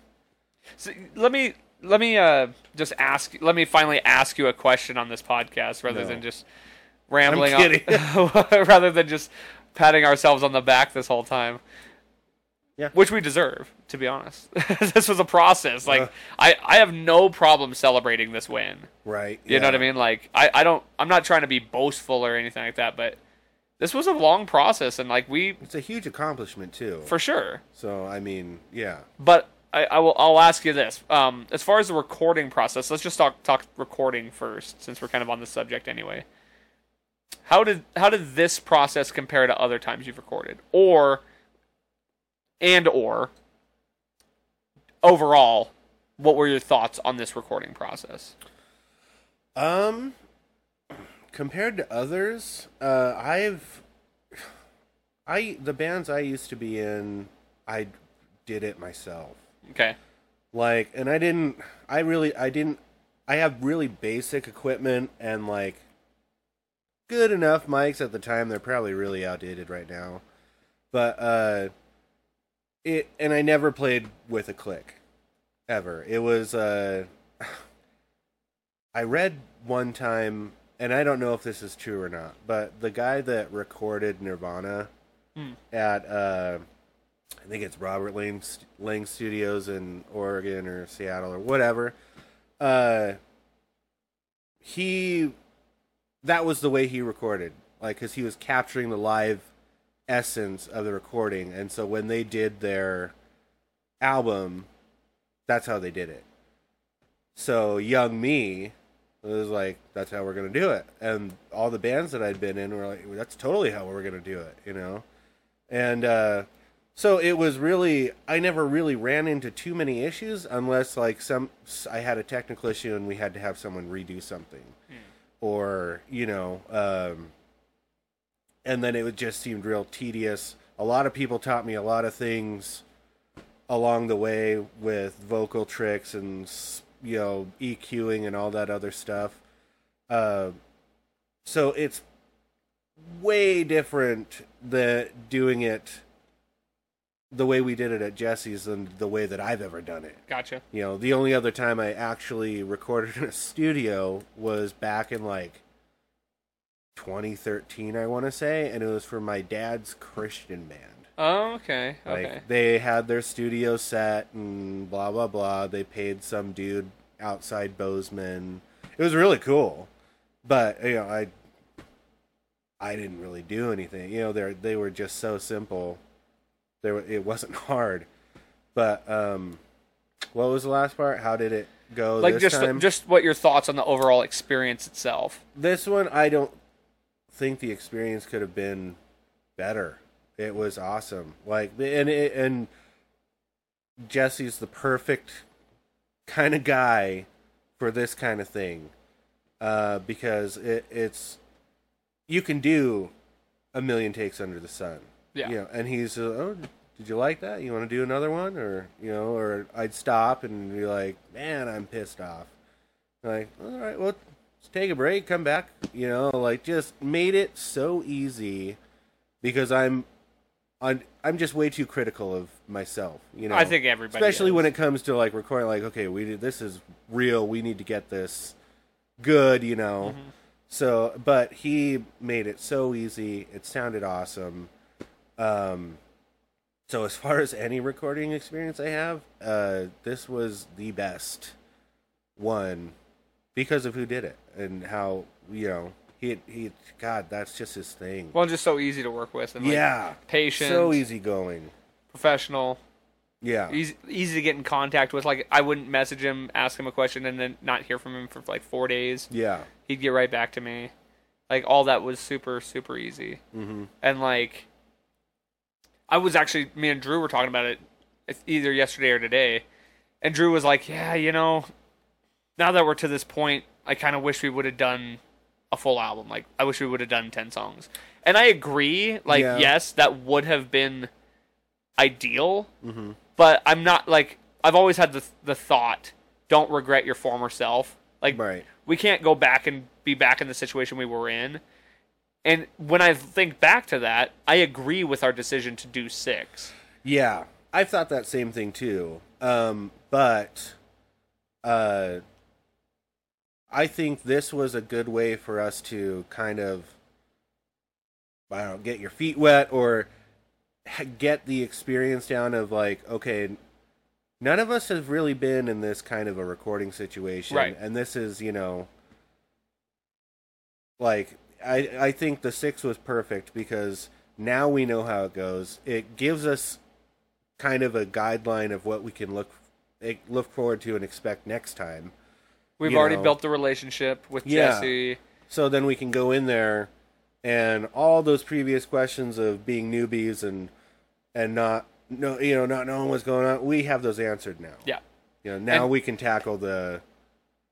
So, let me let me uh, just ask. Let me finally ask you a question on this podcast, rather
No.
than just rambling.
I'm
On, rather than just patting ourselves on the back this whole time.
Yeah.
Which we deserve, to be honest. this was a process. Like I, I have no problem celebrating this win.
Right.
You know what I mean? Like I, I don't I'm not trying to be boastful or anything like that, but this was a long process and like we
It's a huge accomplishment too.
for sure.
so I mean, yeah.
But I, I will. I'll ask you this. Um, as far as the recording process, let's just talk talk recording first, since we're kind of on the subject anyway. How did how did this process compare to other times you've recorded, or and or overall, what were your thoughts on this recording process?
Um, compared to others, uh, I've, I the bands I used to be in, I did it myself.
Okay,
Like, and I didn't. I really, I didn't. I have really basic equipment and like good enough mics at the time. They're probably really outdated right now, but uh, it. And I never played with a click, ever. It was uh. I read one time, and I don't know if this is true or not, but the guy that recorded Nirvana at uh, I think it's Robert Lang, Lang Studios in Oregon or Seattle or whatever. Uh, he that was the way he recorded, like because he was capturing the live essence of the recording, and so when they did their album, that's how they did it. So young me was like, that's how we're gonna do it. And all the bands that I'd been in were like, that's totally how we're gonna do it, you know? And uh so it was really I never really ran into too many issues unless like some I had a technical issue and we had to have someone redo something. Or, you know, um and then it would just seemed real tedious. A lot of people taught me a lot of things along the way with vocal tricks and s- you know EQing and all that other stuff. Uh, so it's way different the doing it the way we did it at Jesse's than the way that I've ever done it.
gotcha.
You know, the only other time I actually recorded in a studio was back in like 2013, I want to say, and it was for my dad's Christian band.
Oh, okay,
Like
okay,
they had their studio set and blah blah blah. They paid some dude outside Bozeman. It was really cool, but you know I I didn't really do anything. You know they they were just so simple. There it wasn't hard, but um, what was the last part? How did it go?
like
this
just
time?
just what your thoughts on the overall experience itself.
this one I don't think the experience could have been better. It was awesome. Like and it, and Jesse's the perfect kind of guy for this kind of thing. Uh because it it's you can do a million takes under the sun.
Yeah.
You know, and he's uh, oh did you like that? You want to do another one or you know or I'd stop and be like, "Man, I'm pissed off." Like, all right, well, let's take a break, come back. You know, like just made it so easy because I'm, I'm, I'm just way too critical of myself. You know,
I think everybody
especially
is.
when it comes to like recording, like, okay, we did this is real. We need to get this good. You know,
Mm-hmm.
so but he made it so easy. It sounded awesome. Um, so as far as any recording experience I have, uh, this was the best one because of who did it and how you know he he God that's just his thing.
Well, just so easy to work with and like,
yeah,
patient, E-
so easygoing.
professional,
Yeah,
easy, easy to get in contact with. Like I wouldn't message him, ask him a question, and then not hear from him for like four days.
yeah,
He'd get right back to me. Like all that was super super easy. Mm-hmm. And like, I was actually me and Drew were talking about it it's either yesterday or today, and Drew was like, "Yeah, you know, now that we're to this point, I kind of wish we would have done." A full album, like I wish we would have done ten songs, and I agree. Like,
Yeah.
yes, that would have been ideal, but I'm not like I've always had the the thought: don't regret your former self. Like
Right.
we can't go back and be back in the situation we were in. And when I think back to that, I agree with our decision to do six.
Yeah, I've thought that same thing too. Um, but uh, I think this was a good way for us to kind of, I don't know, get your feet wet or ha- get the experience down of like, okay, none of us have really been in this kind of a recording situation,
Right.
and this is you know, like I I think the six was perfect because now we know how it goes. It gives us kind of a guideline of what we can look eh, look forward to and expect next time.
We've
You
already
know.
built the relationship with
Yeah.
Jesse.
So then we can go in there and all those previous questions of being newbies and and not no you know not knowing what's going on, we have those answered now.
Yeah.
You know, now
And-
we can tackle the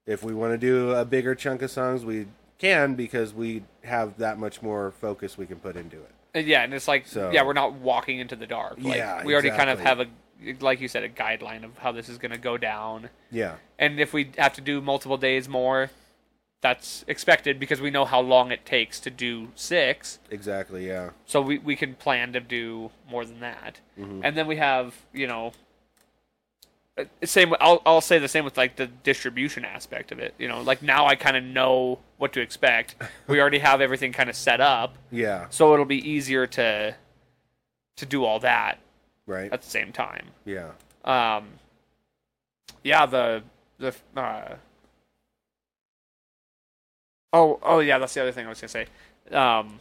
if we want to do a bigger chunk of songs, we can because we have that much more focus we can put into it.
And Uh, yeah, and it's like
So-
yeah, we're not walking into the dark. Like,
Yeah,
we already kind of have
exactly.
a like you said a guideline of how this is going to go down.
Yeah.
And if we have to do multiple days more, that's expected because we know how long it takes to do 6.
Exactly, yeah.
So we we can plan to do more than that. And then we have, you know, uh, same I'll I'll say the same with like the distribution aspect of it. You know, like now I kind of know what to expect. we already have everything kind of set up
Yeah.
so it'll be easier to to do all that
Right.
at the same time.
yeah.
Um, yeah, the the uh, oh oh yeah, that's the other thing I was gonna say, um,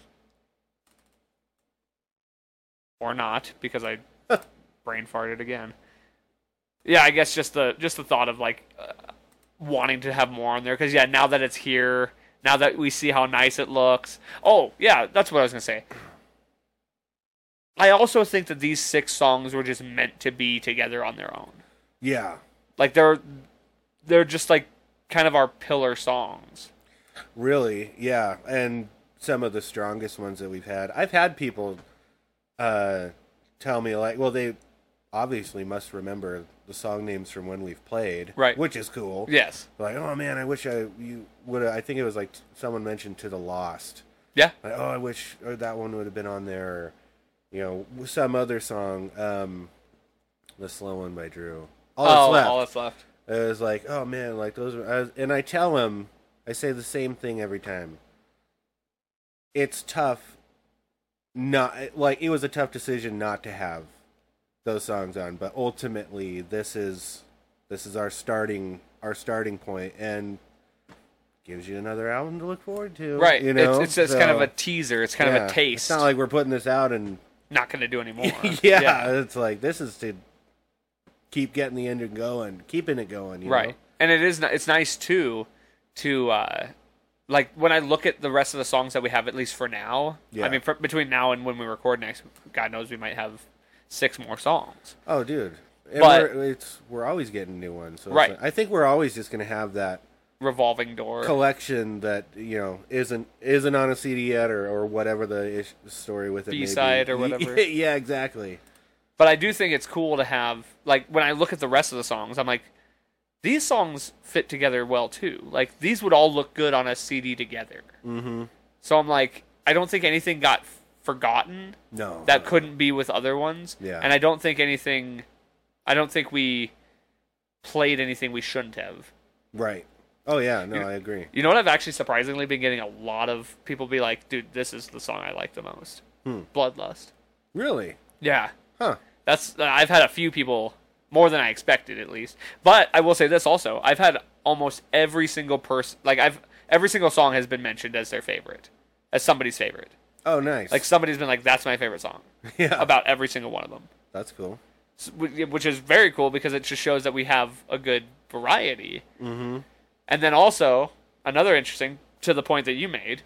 or not because I brain farted again. Yeah, I guess just the just the thought of like uh, wanting to have more on there because yeah, now that it's here, now that we see how nice it looks. Oh yeah, that's what I was gonna say. I also think that these six songs were just meant to be together on their own.
Yeah.
Like they're they're just like kind of our pillar songs.
Really, yeah, and some of the strongest ones that we've had. I've had people uh, tell me like, well, they obviously must remember the song names from when we've played,
Right.
Which is cool.
Yes.
Like, oh man, I wish I you would. I think it was like someone mentioned to the Lost.
Yeah.
Like, oh, I wish oh, that one would have been on there. Or, you know, some other song, um, the slow one by Drew. All that's
oh,
left.
all that's left.
I was like, oh man, like those. Are, I was, and I tell him, I say the same thing every time. It's tough. Not like it was a tough decision not to have those songs on, but ultimately, this is this is our starting our starting point, and gives you another album to look forward to.
Right.
You know,
it's it's just kind of
So,
a teaser. It's kind
yeah.
of a taste.
It's not like we're putting this out and
Not gonna do anymore.
yeah, it's like this is to keep getting the engine going, keeping it going. You
Right.
Know?
And it is ni- it's nice too to uh like when I look at the rest of the songs that we have at least for now.
Yeah.
I mean for, between now and when we record next, God knows we might have six more songs.
Oh, dude. And
But-
we're, it's we're always getting new ones. So it's
Right.
like- I think we're always just gonna have that
Revolving door.
collection that you know isn't isn't on a CD yet or, or whatever the ish, story with it. may be.
B-side or whatever.
yeah, exactly.
But I do think it's cool to have like when I look at the rest of the songs, I'm like, these songs fit together well too. Like these would all look good on a CD together. Mm-hmm. So I'm like, I don't think anything got f- forgotten
No.
that couldn't be with other ones.
Yeah.
And I don't think anything, I don't think we played anything we shouldn't have.
Right. Oh yeah. No, I agree.
You know what? I've actually surprisingly been getting a lot of people be like, dude, this is the song I like the most. Bloodlust.
Really?
Yeah.
Huh.
That's I've had a few people more than I expected at least. But I will say this also. I've had almost every single person like I've every single song has been mentioned as their favorite. As somebody's favorite.
Oh, nice.
Like somebody's been like that's my favorite song
yeah.
about every single one of them.
That's cool.
S- wh- Which is very cool because it just shows that we have a good variety. Mhm.
Mm-hmm.
And then also another interesting to the point that you made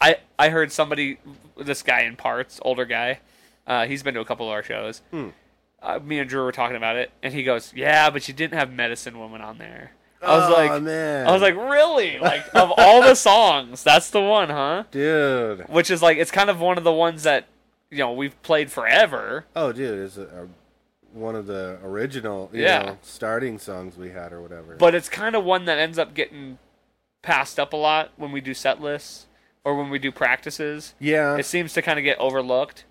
I I heard somebody, this guy in parts, older guy, uh, he's been to a couple of our shows.
Hmm.
Uh, me and Drew were talking about it, and he goes, "Yeah, but you didn't have Medicine Woman on there." I was
Oh,
like,
man.
I was like, really? Like of all the songs, that's the one, huh?
Dude.
Which is like, it's kind of one of the ones that you know we've played forever.
Oh, dude, is a, a, one of the original, you
Yeah.
know, starting songs we had or whatever.
but it's kind of one that ends up getting passed up a lot when we do set lists or when we do practices.
yeah,
It
it's,
seems to kind of get overlooked.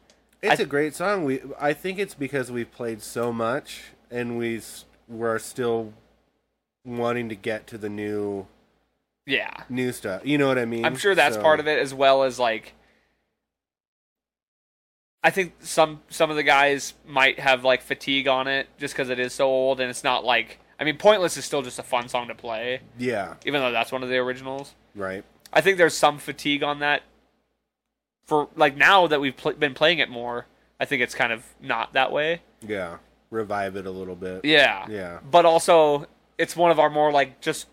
a great song. We I think it's because we've played so much and we s- we're still wanting to get to the new
Yeah.
new stuff. You know what I mean?
I'm sure that's part of it as well as like I think some some of the guys might have like fatigue on it just cuz it is so old and it's not like I mean Pointless is still just a fun song to play
Yeah,
even though that's one of the originals.
right.
I think there's some fatigue on that. For like now that we've pl- been playing it more, I think it's kind of not that way.
Yeah, revive it a little bit.
Yeah.
Yeah.
But also, it's one of our more like just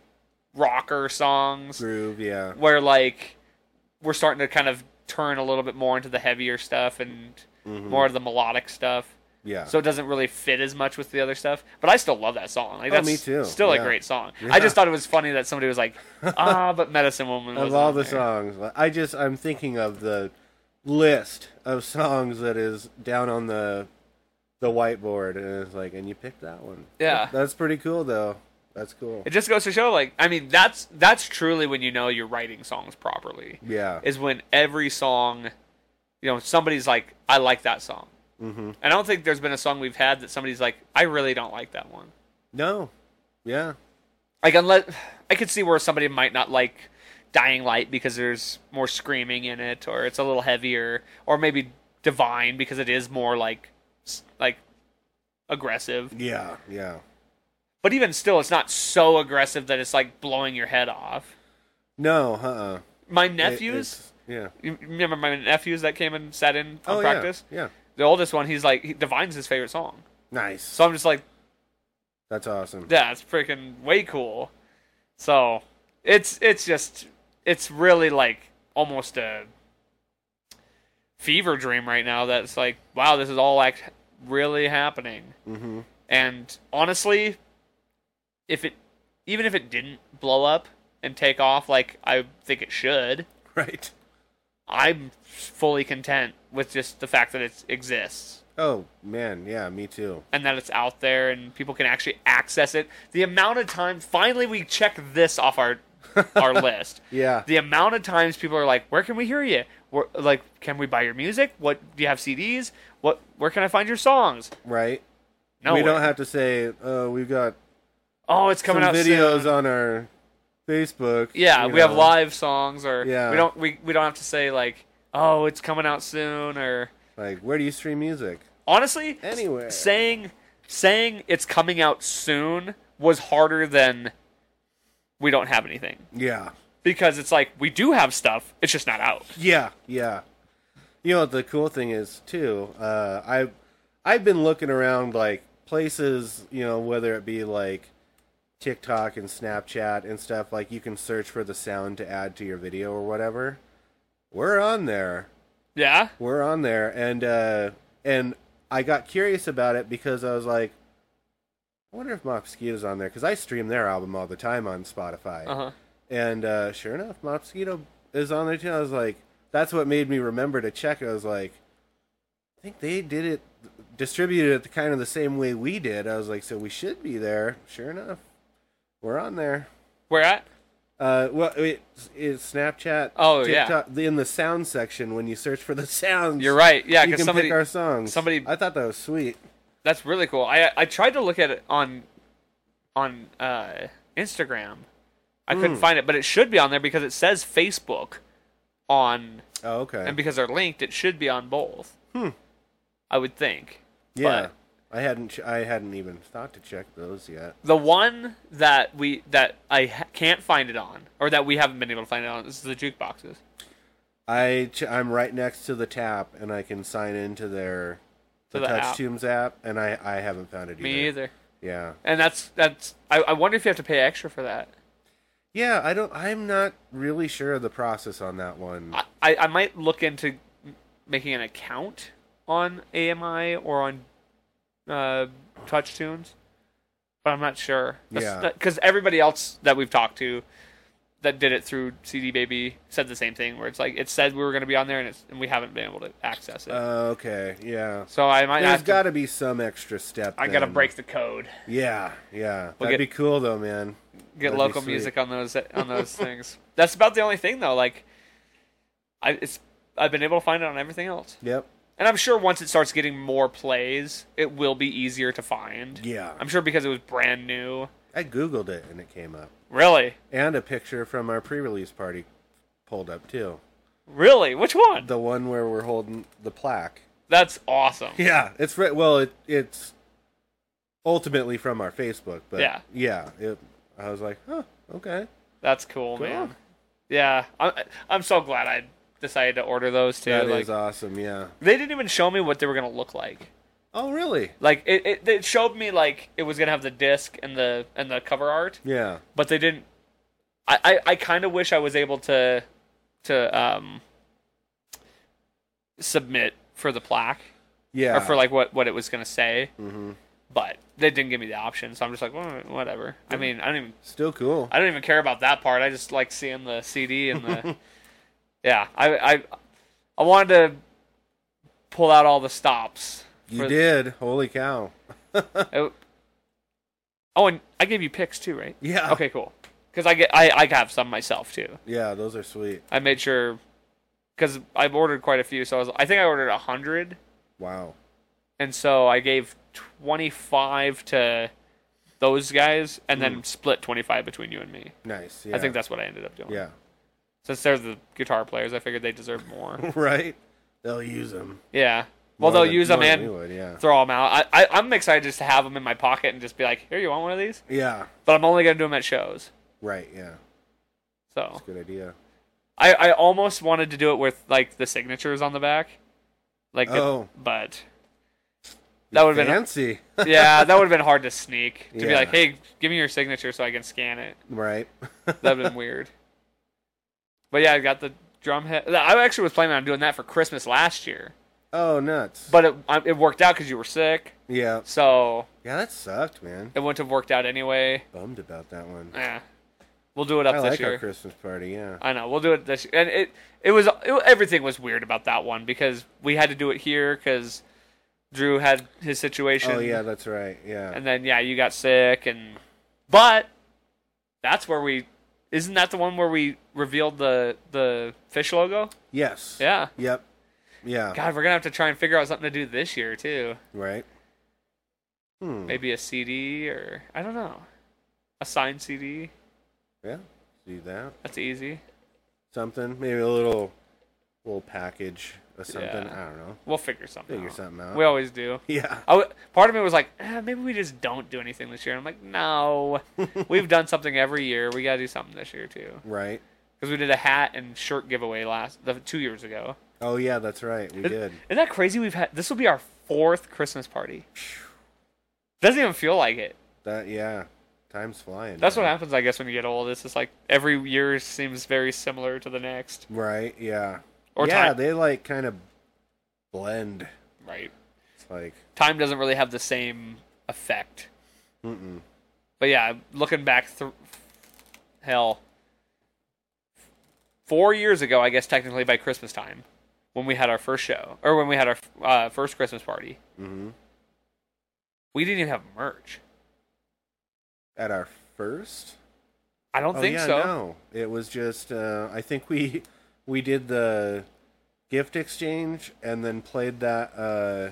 rocker songs
Groove, yeah.
where like we're starting to kind of turn a little bit more into the heavier stuff and more of the melodic stuff.
Mm-hmm. Yeah.
So it doesn't really fit as much with the other stuff, but I still love that song. Like,
Oh,
that's
me too.
Still
Yeah.
a great song.
Yeah.
I just thought it was funny that somebody was like, "Ah, but Medicine Woman."
of
wasn't
all
on
the
there."
songs, I just I'm thinking of the list of songs that is down on the the whiteboard, and it's like, and you picked that one.
Yeah.
that's pretty cool though. That's cool.
it just goes to show like i mean that's that's truly when you know you're writing songs properly
Yeah.
is when every song you know somebody's like i like that song mm-hmm. i don't think there's been a song we've had that somebody's like i really don't like that one
No, yeah,
like unless i could see where somebody might not like dying light because there's more screaming in it or it's a little heavier or maybe divine because it is more like s- like aggressive
yeah, yeah.
but even still it's not so aggressive that it's like blowing your head off
No, uh, uh
my nephews
yeah.
You you remember my nephews that came and sat in on
Oh
practice?
yeah, yeah.
The oldest one, he's like, he divines his favorite song.
Nice.
So I'm just like,
That's awesome.
yeah, it's freaking way cool. So it's it's just it's really like almost a fever dream right now. That's like, wow, this is all like really happening. Mm-hmm. And honestly, if it even if it didn't blow up and take off like I think it should,
Right.
I'm fully content with just the fact that it exists
Oh man, yeah, me too.
and that it's out there and people can actually access it. The amount of time, finally, we check this off our our list.
Yeah.
The amount of times people are like, "Where can we hear you? Where, like, can we buy your music? What do you have CDs? What? Where can I find your songs?
Right.
No,
we don't have to say, oh, we've got
Oh, it's coming
some
out
videos
soon.
on our Facebook.
yeah,
you
we have
know.
live songs, or
Yeah.
we don't. We we don't have to say like, "Oh, it's coming out soon," or
Like, where do you stream music?
honestly
Anywhere.
saying saying it's coming out soon was harder than we don't have anything
Yeah.
because it's like we do have stuff it's just not out
Yeah. Yeah. You know what the cool thing is too, uh I I've been looking around like places, you know, whether it be like TikTok and Snapchat and stuff like you can search for the sound to add to your video or whatever. We're on there.
yeah
we're on there and uh and i got curious about it because i was like i wonder if mosquito's on there because i stream their album all the time on spotify
uh-huh
and uh sure enough mosquito is on there too i was like that's what made me remember to check i was like i think they did it distributed it kind of the same way we did i was like so we should be there sure enough we're on there
where at
uh, well, it's, it's Snapchat.
Oh, yeah.
TikTok, the- in the sound section when you search for the sounds.
You're right, yeah,
you
'cause
can
somebody-
pick our songs.
somebody-
I thought that was sweet.
that's really cool i i tried to look at it on on uh instagram i couldn't
Hmm.
find it but it should be on there because it says facebook on
Oh, okay.
and because they're linked it should be on both hmm i would think
yeah,
but-
I hadn't ch- I hadn't even thought to check those yet.
The one that we that I ha- can't find it on, or that we haven't been able to find it on, is the jukeboxes.
I ch- I'm right next to the tap and I can sign into their
To
the
the app.
Touch Tunes app and I I haven't found it
Me either.
Yeah.
And that's that's. I, I wonder if you have to pay extra for that.
Yeah, I don't I'm not really sure of the process on that one.
I I, I might look into m- making an account on AMI or on uh, Touch Tunes, but I'm not sure.
Yeah.
Because everybody else that we've talked to that did it through CD Baby said the same thing, where it's like it said we were going to be on there, and it's and we haven't been able to access it.
Uh, okay, yeah.
so I might
There's
have
got
to.
to be some extra step.
I got to
then.
break the code.
Yeah, yeah.
We'll
That'd
get-
be cool though, man.
Get
That'd be
local
sweet.
music on those on those things. That's about the only thing though. Like, I it's I've been able to find it on everything else,
Yep.
and I'm sure once it starts getting more plays, it will be easier to find.
Yeah.
I'm sure because it was brand new.
I googled it and it came up,
Really,
and a picture from our pre-release party pulled up too.
really, which one?
The one where we're holding the plaque.
That's awesome.
Yeah, it's right. Well, it, it's ultimately from our Facebook, but
Yeah.
yeah. It, I was like, huh, okay.
That's cool,
Cool.
man. Yeah, I'm I'm so glad I decided to order those too.
that is uh,
like
awesome. Yeah.
they didn't even show me what they were gonna look like.
Oh, really?
Like it, it, it showed me like it was gonna have the disc and the and the cover art,
Yeah.
but they didn't. I I, I kind of wish I was able to to um submit for the plaque
Yeah.
or for like what what it was gonna say. Mm-hmm. But they didn't give me the option, so I'm just like, "Well, whatever. I mean, I don't even
Still cool.
I don't even care about that part. I just like seeing the CD and the yeah. I I I wanted to pull out all the stops.
you
for-
did. Holy cow.
Oh, oh, and I gave you picks too, right?
Yeah.
Okay, cool. Because I get I I have some myself too.
Yeah, those are sweet.
I made sure because I've ordered quite a few. So I was I think I ordered a hundred,
Wow.
and so I gave twenty five to those guys, and then split twenty five between you and me.
Nice. Hmm. Yeah.
I think that's what I ended up doing.
Yeah.
Since they're the guitar players, I figured they deserve more.
Right? They'll use them.
Yeah. Well, they'll use them
We
and
would, yeah.
throw them out. I, I, I'm excited just to have them in my pocket and just be like, here, you want one of these?
yeah.
But I'm only going to do them at shows.
Right. Yeah.
So
Good idea.
I, I almost wanted to do it with like the signatures on the back. Like, the-
Oh.
but that would have been,
fancy.
yeah, that would have been hard to sneak to be
Yeah.
like, hey, give me your signature so I can scan it.
right.
That would have been weird. But yeah, I got the drum head. I actually was planning on doing that for Christmas last year,
Oh, nuts.
but it, I- it worked out because you were sick.
yeah.
So
Yeah, that sucked, man.
it wouldn't have worked out anyway.
Bummed about that one.
Yeah, we'll do it up
I
this
like our
year.
Christmas party. Yeah.
I know we'll do it this year, and it it was it, everything was weird about that one because we had to do it here because Drew had his situation.
Oh, yeah, that's right. Yeah.
and then yeah, you got sick, and but that's where we isn't that the one where we revealed the the fish logo?
Yes.
Yeah.
Yep. Yeah.
God, we're gonna have to try and figure out something to do this year too.
Right. Hmm.
Maybe a CD or I don't know, a signed CD.
Yeah. Do that.
That's easy.
Something. Maybe a little, little package or something.
Yeah.
I don't know.
We'll figure something.
Figure
out.
something out.
We always do.
Yeah.
I w- part of me was like, eh, maybe we just don't do anything this year. I'm like, no, we've done something every year. We got to do something this year too,
Right.
because we did a hat and shirt giveaway last the two years ago.
Oh yeah, that's right. We did.
Isn't that crazy? We've had this will be our fourth Christmas party. Doesn't even feel like it.
That yeah. Time's flying.
That's what
man.
happens, I guess, when you get old. It's just like every year seems very similar to the next.
Right. Yeah.
Or
yeah,
time-
they like kind of blend.
Right.
It's like
Time doesn't really have the same effect. Mm-mm. But yeah, looking back, through hell, four years ago, I guess technically by Christmas time, when we had our first show or when we had our uh, first Christmas party,
mhm.
we didn't even have merch.
at our first.
I don't
oh
think
yeah,
so.
no. It was just uh, I think we we did the gift exchange and then played that uh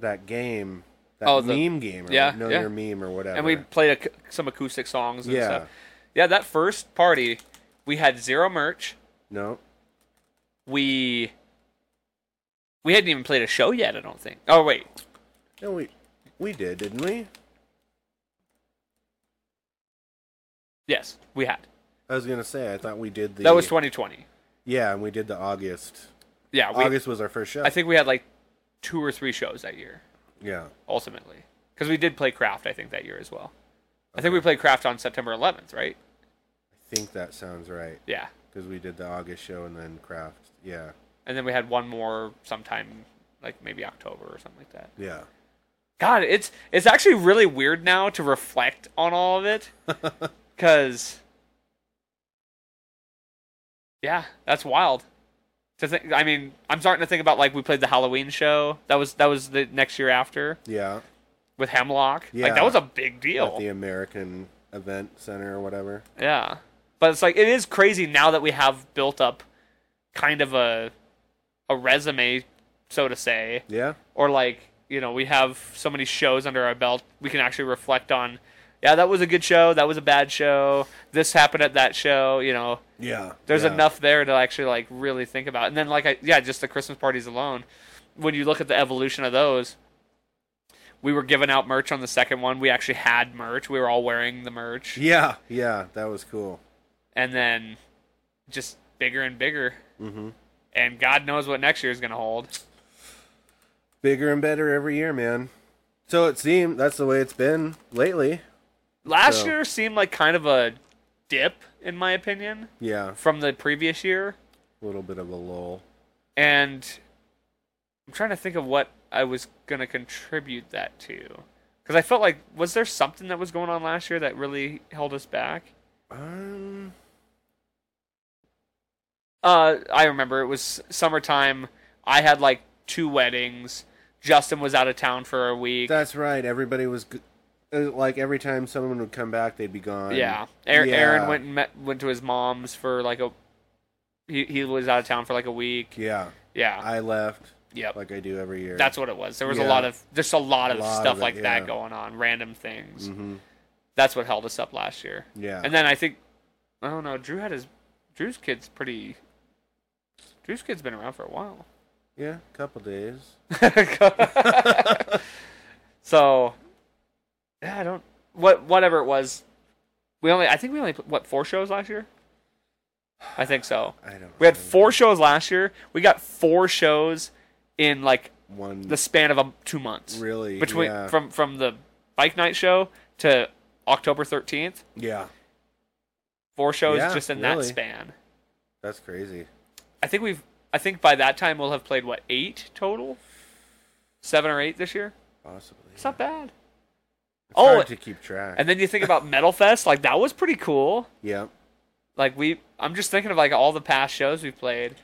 that game that
Oh, the-
meme game or
yeah,
know
yeah.
your meme or whatever.
And we played ac some acoustic songs and
Yeah.
stuff. Yeah, that first party, we had zero merch.
no.
We we hadn't even played a show yet. I don't think. Oh wait,
No, we we did, didn't we?
yes, we had.
I was gonna say I thought we did the
That was 2020.
yeah, and we did the August.
Yeah, we,
August was our first show.
I think we had like two or three shows that year
yeah,
ultimately, because we did play Craft. I think that year as well. I think we played Craft on September 11th, right?
I think that sounds right
Yeah,
because we did the August show and then craft. Yeah,
and then we had one more sometime like maybe October or something like that.
yeah,
God, it's it's actually really weird now to reflect on all of it, because Yeah, that's wild. To think, I mean, I'm starting to think about like we played the Halloween show. That was that was the next year after
Yeah.
with Hemlock. like
Yeah.
that was a big
At
deal.
the American Event Center or whatever.
Yeah. But it's like it is crazy now that we have built up kind of a a resume, so to say.
Yeah.
Or like, you know, we have so many shows under our belt we can actually reflect on yeah, that was a good show, that was a bad show, this happened at that show, you know.
Yeah.
There's
yeah.
enough there to actually like really think about. And then like I yeah, just the Christmas parties alone. When you look at the evolution of those, we were giving out merch on the second one. We actually had merch. We were all wearing the merch
Yeah. Yeah. That was cool.
and then just bigger and bigger. Mm-hmm. And God knows what next year's going to hold.
Bigger and better every year, man. So it seemed that's the way it's been lately.
Last
So-
year seemed like kind of a dip, in my opinion,
Yeah.
from the previous year.
A little bit of a lull.
And I'm trying to think of what I was going to contribute that to. Because I felt like, was there something that was going on last year that really held us back?
Um,
Uh, I remember it was summertime. I had like two weddings. Justin was out of town for a week.
that's right. Everybody was g- uh, like every time someone would come back, they'd be gone.
Yeah, Aaron, Aaron
Yeah.
went and met, went to his mom's for like a. He he was out of town for like a week.
Yeah.
Yeah,
I left
yep.
like I do every year.
That's what it was. There was a
Yeah.
lot of just a lot of
lot of
stuff
it,
like
yeah. Mm.
that going on, random things. That's what held us up last year.
Mm-hmm. Yeah.
And then I think I don't know. Drew had his Drew's kid's pretty. Drew's kid's been around for a while.
yeah, a couple days.
so yeah, I don't what whatever it was. We only I think we only put, what four shows last year. I think so.
I don't.
We had four shows last year. We got four shows in like
one.
the span of um, two months.
Really,
Between
yeah.
from from the bike night show to October thirteenth,
yeah,
four shows
Yeah,
just in that
really.
span.
that's crazy.
I think we've. I think by that time we'll have played what eight total, seven or eight this year.
Possibly.
It's not bad.
It's
oh,
hard to keep track.
And then you think about Metal Fest, like that was pretty cool.
yeah,
Like we, I'm just thinking of like all the past shows we've played.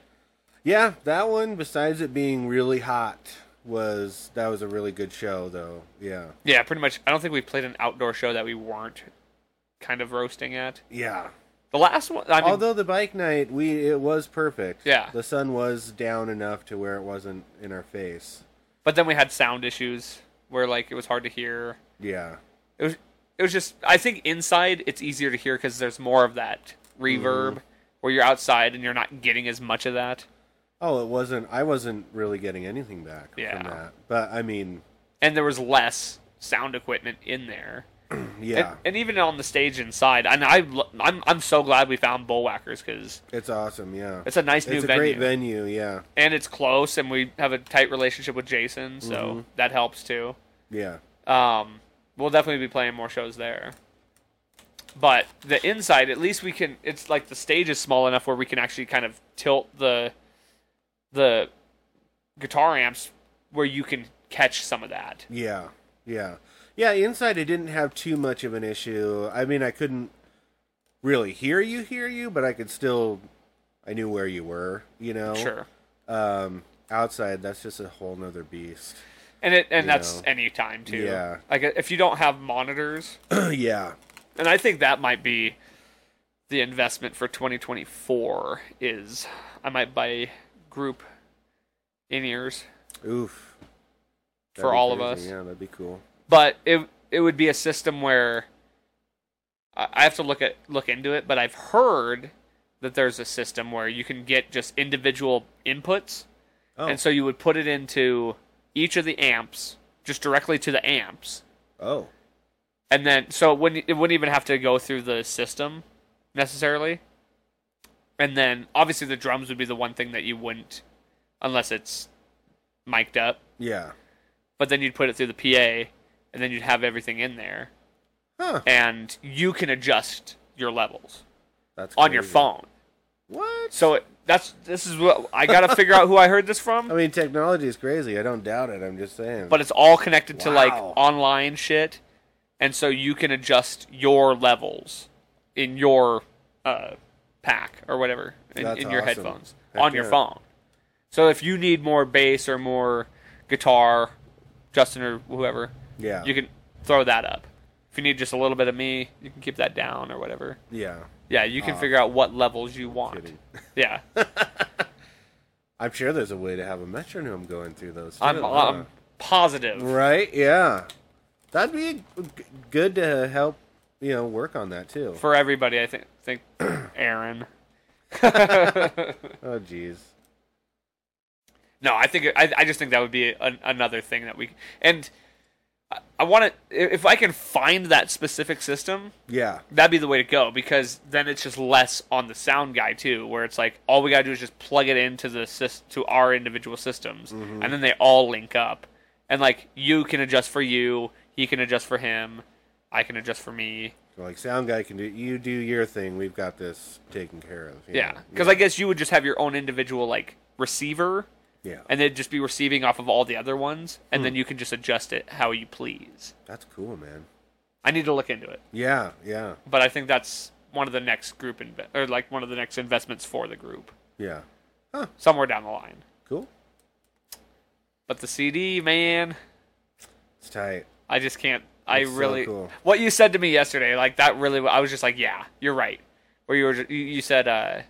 yeah, that one. Besides it being really hot, was that was a really good show though. Yeah,
Yeah, pretty much. I don't think we played an outdoor show that we weren't kind of roasting at.
yeah.
The last one, I mean,
Although the bike night, we it was perfect.
Yeah.
the sun was down enough to where it wasn't in our face.
but then we had sound issues where like it was hard to hear.
Yeah,
It was, it was just. I think inside it's easier to hear because there's more of that
Mm-hmm.
reverb where you're outside and you're not getting as much of that.
Oh, it wasn't. I wasn't really getting anything back
Yeah.
from that. But I mean,
And there was less sound equipment in there.
yeah,
And, and even on the stage inside, and I, lo- I'm, I'm so glad we found Bullwhackers because
it's awesome. Yeah,
it's a nice new
it's a
venue,
great venue. Yeah,
and it's close, and we have a tight relationship with Jason, so
Mm-hmm.
that helps too.
yeah,
Um, we'll definitely be playing more shows there. But the inside, at least we can. It's like the stage is small enough where we can actually kind of tilt the the guitar amps where you can catch some of that.
yeah, yeah, yeah. Inside, I didn't have too much of an issue. I mean, I couldn't really hear you, hear you, but I could still. I knew where you were. You know.
Sure.
Um, outside, that's just a whole nother beast.
And it and
You
that's
know.
any time too.
Yeah.
Like if you don't have monitors,
yeah.
and I think that might be the investment for 2024 is I might buy group in ears
Oof. That'd
for
be
all of us.
crazy. Yeah, that'd be cool.
but it it would be a system where I I have to look at look into it. But I've heard that there's a system where you can get just individual inputs,
Oh.
and so you would put it into each of the amps, just directly to the amps,
oh.
and then so it wouldn't it wouldn't even have to go through the system necessarily. And then obviously the drums would be the one thing that you wouldn't, unless it's mic'd up.
Yeah.
But then you'd put it through the PA, and then you'd have everything in there
Huh.
and you can adjust your levels
That's
on your
crazy.
phone.
What?
So it, that's this is what I got to figure out who I heard this from,
I mean, technology is crazy. I don't doubt it. I'm just saying.
but it's all connected to like
Wow.
online shit, and so you can adjust your levels in your uh, pack or whatever in,
That's
in your
awesome.
headphones
Heck
on your
yeah.
phone. So if you need more bass or more guitar, Justin or whoever,
Yeah.
you can throw that up. If you need just a little bit of me, you can keep that down or whatever.
Yeah.
Yeah, you can figure out what levels you want.
Uh, kidding.
Yeah,
I'm sure there's a way to have a metronome going through those. Too,
I'm,
huh?
I'm positive.
right. Yeah, that'd be g- good to help. You know, work on that too.
for everybody. I think think Aaron.
oh, jeez.
No, I think I, I just think that would be an, another thing that we and I, I want to if I can find that specific system,
Yeah.
that'd be the way to go because then it's just less on the sound guy too, where it's like all we gotta do is just plug it into the sys- to our individual systems,
Mm-hmm.
and then they all link up, and like you can adjust for you, he can adjust for him, I can adjust for me.
Like sound guy can do. You do your thing. We've got this taken care of. you
Yeah,
know?
because I guess you would just have your own individual like receiver.
Yeah.
and they'd just be receiving off of all the other ones, and
Hmm.
then you can just adjust it how you please.
That's cool, man.
I need to look into it,
Yeah. Yeah.
but I think that's one of the next group inve- or like one of the next investments for the group
Yeah.
somewhere down the line.
Cool.
But the CD, man,
It's tight.
I just can't. I
That's so
really
cool.
what you said to me yesterday, like that really. I was just like, yeah, you're right. Where you were, ju- you, you said, uh,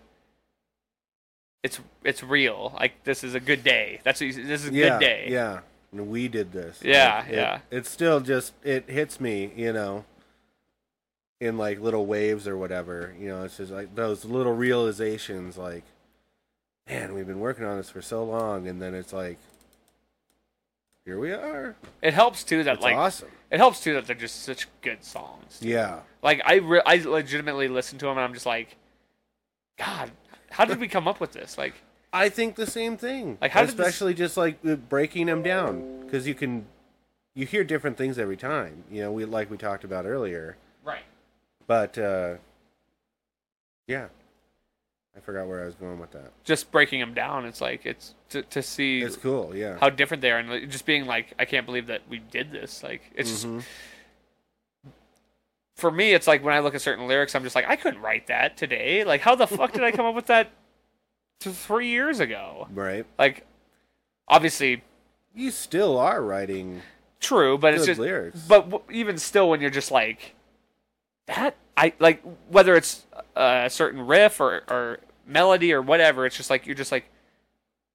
it's it's real. Like this is a good day. That's what you, said, this is a
yeah,
good day.
Yeah. And we did this.
Yeah,
Like, it-
yeah.
It's still just it hits me, you know, in like little waves or whatever. You know, it's just like those little realizations like man, we've been working on this for so long and then it's like here we are.
It helps too that
It's
like
awesome.
it helps too that they're just such good songs.
Yeah.
Like I, re- I legitimately listen to him, and I'm just like, God, how did we come up with this? Like,
I think the same thing.
Like, how did this-
especially just like the breaking them down cuz you can you hear different things every time. You know, we like we talked about earlier.
right?
But uh yeah. I forgot where I was going with that.
Just breaking them down, it's like it's to to see
It's cool, yeah.
how different they are, and like, just being like, I can't believe that we did this. Like, it's
Mm-hmm.
just for me, it's like when I look at certain lyrics, I'm just like, I couldn't write that today. Like, how the fuck did I come up with that t- three years ago?
right.
Like, obviously
You still are writing
True, but it's
Good
just
lyrics.
But w- even still, when you're just like that, I like whether it's a certain riff or or melody or whatever. It's just like you're just like,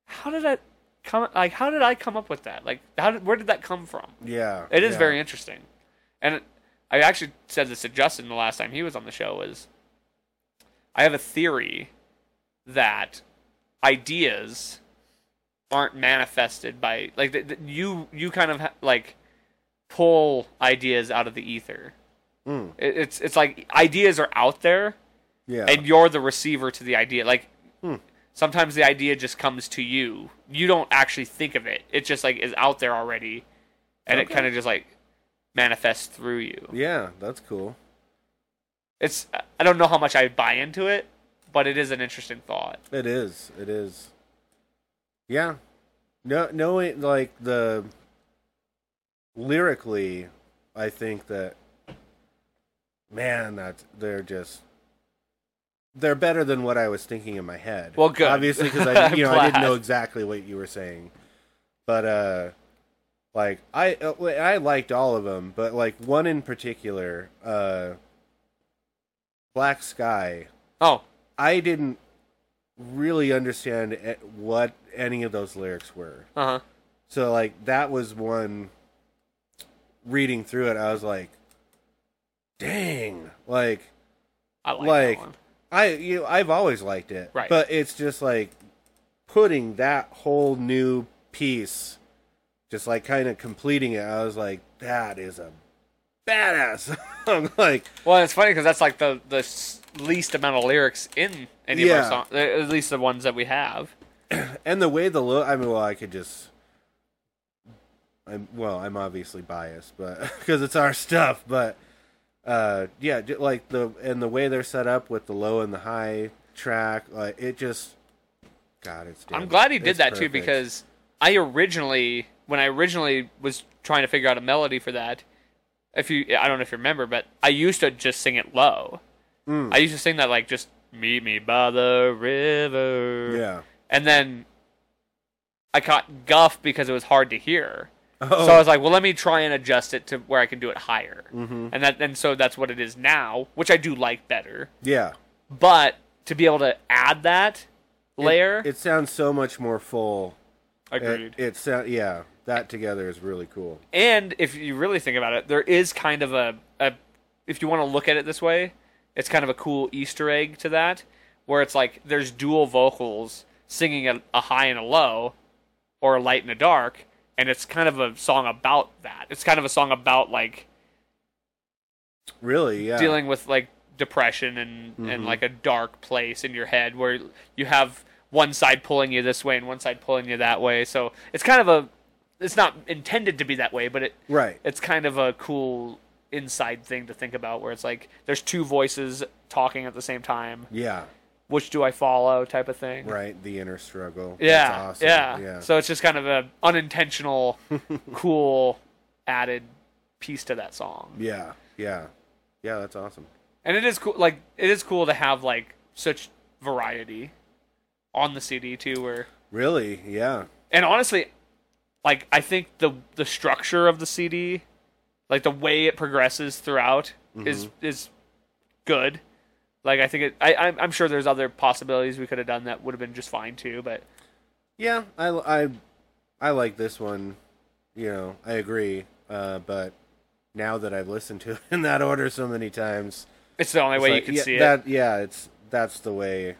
how did that come? Like, how did I come up with that? Like, how did where did that come from?
Yeah.
It is
yeah.
very interesting, and it- I actually said this to Justin the last time he was on the show was, I have a theory that ideas aren't manifested by like th- th- you you kind of ha- like pull ideas out of the ether.
Mm.
It- it's it's like ideas are out there
Yeah. Hmm.
and you're the receiver to the idea. Like sometimes the idea just comes to you. You don't actually think of it. It just like is out there already, and it kind of just like manifests through you.
yeah, that's cool.
It's I don't know how much I buy into it, but it is an interesting thought.
It is. It is. Yeah. No knowing like the lyrically, I think that man, that they're just they're better than what I was thinking in my head.
Well, good.
Obviously, because I, you know, I
Glad.
didn't know exactly what you were saying, but uh, like I, uh, wait, I liked all of them, but like one in particular, uh, Black Sky.
Oh,
I didn't really understand a- what any of those lyrics were.
uh huh.
So like that was one reading through it I was like dang like
I like,
like
that one.
I you know, I've always liked it.
Right.
But it's just like putting that whole new piece just like kind of completing it. I was like that is a badass. song. like
Well, it's funny because that's like the the s- least amount of lyrics in any of
Yeah.
our songs, at least the ones that we have.
and the way the look i mean well i could just i'm well i'm obviously biased but because it's our stuff but uh yeah ju- like the and the way they're set up with the low and the high track like it just god it's damn-
I'm glad he did
it's
that too
perfect.
because I originally, when I originally was trying to figure out a melody for that,
Mm.
if you, I don't know if you remember, but I used to just sing it low. I used to sing that like just Meet me by the river.
Yeah.
And then I caught guff because it was hard to hear.
Oh.
So I was like, well, let me try and adjust it to where I can do it higher.
Mm-hmm.
And that and so that's what it is now, which I do like better.
yeah.
But to be able to add that layer,
It sounds so much more full.
agreed.
It, it sound yeah. That together is really cool.
and if you really think about it, there is kind of a, a if you want to look at it this way, it's kind of a cool Easter egg to that, where it's like there's dual vocals singing a, a high and a low, or a light and a dark, and it's kind of a song about that. It's kind of a song about like
Really, yeah. Mm-hmm.
dealing with like depression and and like a dark place in your head where you have one side pulling you this way and one side pulling you that way. So it's kind of a it's not intended to be that way, but it
Right.
it's kind of a cool inside thing to think about where it's like there's two voices talking at the same time.
yeah.
Which do I follow type of thing.
Right. The inner struggle. That's
Yeah,
awesome.
yeah.
Yeah.
So it's just kind of a unintentional cool added piece to that song.
yeah. Yeah. Yeah, that's awesome.
and it is cool like it is cool to have like such variety on the cd too where
Really? Yeah.
and honestly like i think the the structure of the cd like the way it progresses throughout
Mm-hmm.
is is good like i think it I, I'm, I'm sure there's other possibilities we could have done that would have been just fine too but
Yeah, I, I, I like this one. You know, I agree. Uh, but now that I've listened to it in that order so many times,
it's the only
it's
way
like,
you can
yeah,
see it
that, Yeah, it's that's the way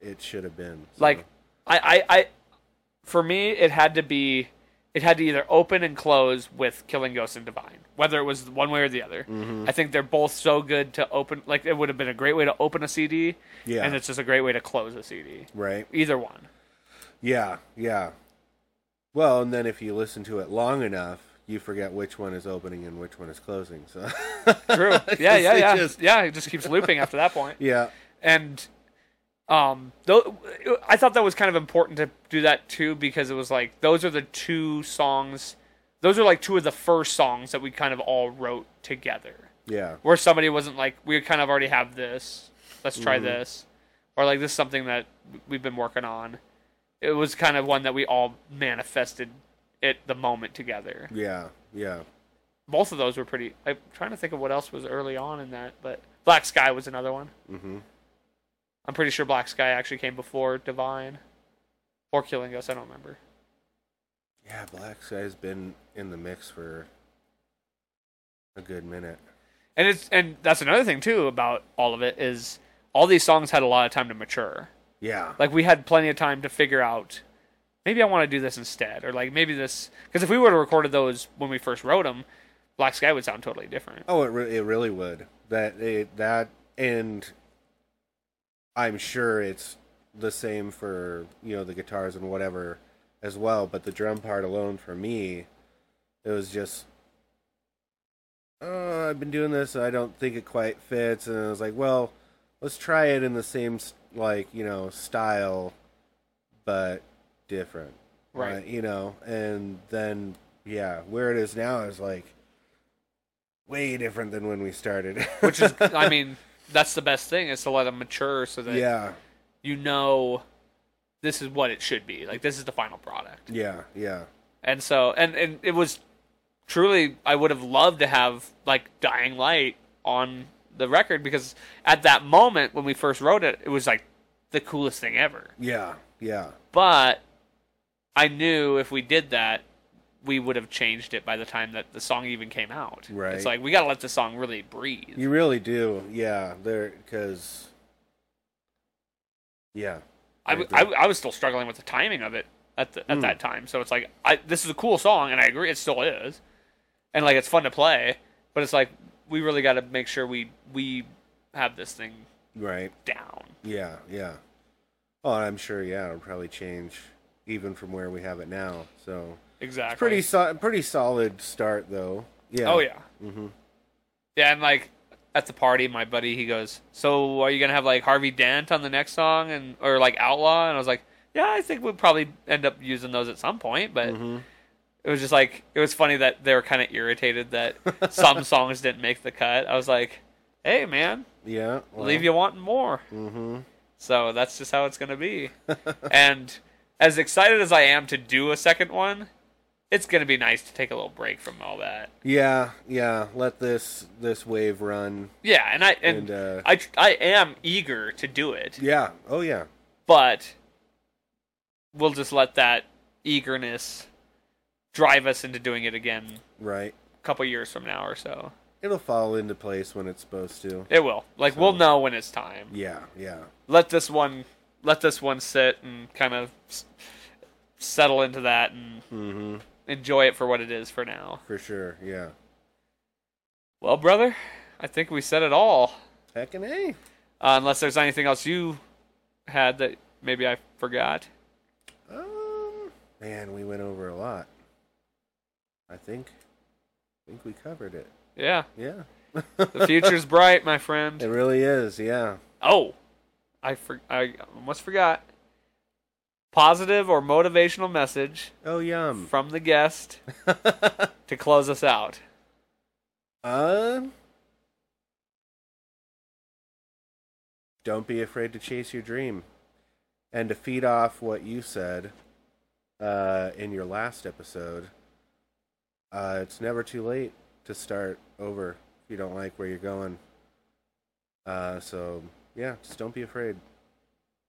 it should have been. so.
like I, I i for me it had to be it had to either open and close with killing ghosts and divine whether it was one way or the other
Mm-hmm.
i think they're both so good to open like it would have been a great way to open a cd
Yeah.
and it's just a great way to close a cd
right?
either one
Yeah, yeah. Well, and then if you listen to it long enough, you forget which one is opening and which one is closing. So
true yeah yeah
It
yeah
just-
yeah it just keeps looping after that point
yeah,
and um though i thought that was kind of important to do that too because it was like those are the two songs those are like two of the first songs that we kind of all wrote together
yeah,
where somebody wasn't like we kind of already have this let's try this or like this is something that we've been working on it was kind of one that we all manifested at the moment together
yeah, yeah.
both of those were pretty i'm trying to think of what else was early on in that but black sky was another one mm-hmm. i'm pretty sure black sky actually came before divine or killing us i don't remember
Yeah, Black Sky's been in the mix for a good minute.
and it's and that's another thing too about all of it is all these songs had a lot of time to mature
Yeah,
like we had plenty of time to figure out maybe I want to do this instead or like maybe this because if we would have recorded those when we first wrote them, Black Sky would sound totally different.
Oh, it re- it really would. That it, that and I'm sure it's the same for you know the guitars and whatever as well. But the drum part alone for me, it was just. Oh, I've been doing this. I don't think it quite fits, and I was like, "Well, let's try it in the same s- like you know style, but different, Uh,
Right.
you know, and then yeah, where it is now is like, way different than when we started.
Which is I mean that's the best thing is to let them mature so that
yeah,
you know this is what it should be like this is the final product
yeah, yeah,
and so and and it was truly I would have loved to have like Dying Light on the record because at that moment when we first wrote it it was like the coolest thing ever
yeah, yeah,
but I knew if we did that, we would have changed it by the time that the song even came out.
Right.
It's like we gotta let the song really breathe.
you really do. Yeah, there because yeah,
I, w- I w- I was still struggling with the timing of it at the, at that time, so it's like I, this is a cool song, and I agree it still is, and like it's fun to play, but it's like we really gotta make sure we we have this thing
right,
down.
yeah, yeah. Oh, I'm sure. Yeah, it'll probably change even from where we have it now. So
Exactly.
pretty so- pretty solid start though. Yeah.
Oh yeah. Mm-hmm. Yeah, and like at the party, my buddy he goes, "So are you gonna have like Harvey Dent on the next song and or like Outlaw?" And I was like, "Yeah, I think we'll probably end up using those at some point." But it was just like it was funny that they were kind of irritated that some songs didn't make the cut. I was like, hey man,
Yeah. well,
leave you wanting more. Mm-hmm. So that's just how it's gonna be. and as excited as I am to do a second one, it's gonna be nice to take a little break from all that.
Yeah, yeah. Let this this wave run.
Yeah, and I and,
And, uh,
I I am eager to do it,
Yeah. Oh yeah.
but we'll just let that eagerness drive us into doing it again
Right.
a couple years from now or so.
It'll fall into place when it's supposed to.
It will. Like we'll know when it's time.
Yeah, yeah.
Let this one let this one sit and kind of s- settle into that and
Mm-hmm.
enjoy it for what it is for now.
For sure. Yeah.
Well, brother, I think we said it all.
Heckin' hey.
Uh, unless there's anything else you had that maybe I forgot.
Um, man, we went over a lot. I think, I think we covered it.
Yeah.
Yeah,
The future's bright, my
it
friend.
really is. Yeah.
Oh, I for, I almost forgot. Positive or motivational message
Oh yum.
from the guest to close us out.
Uh, don't be afraid to chase your dream, and to feed off what you said, uh, in your last episode. Uh, it's never too late to start over if you don't like where you're going. Uh, so yeah, just don't be afraid.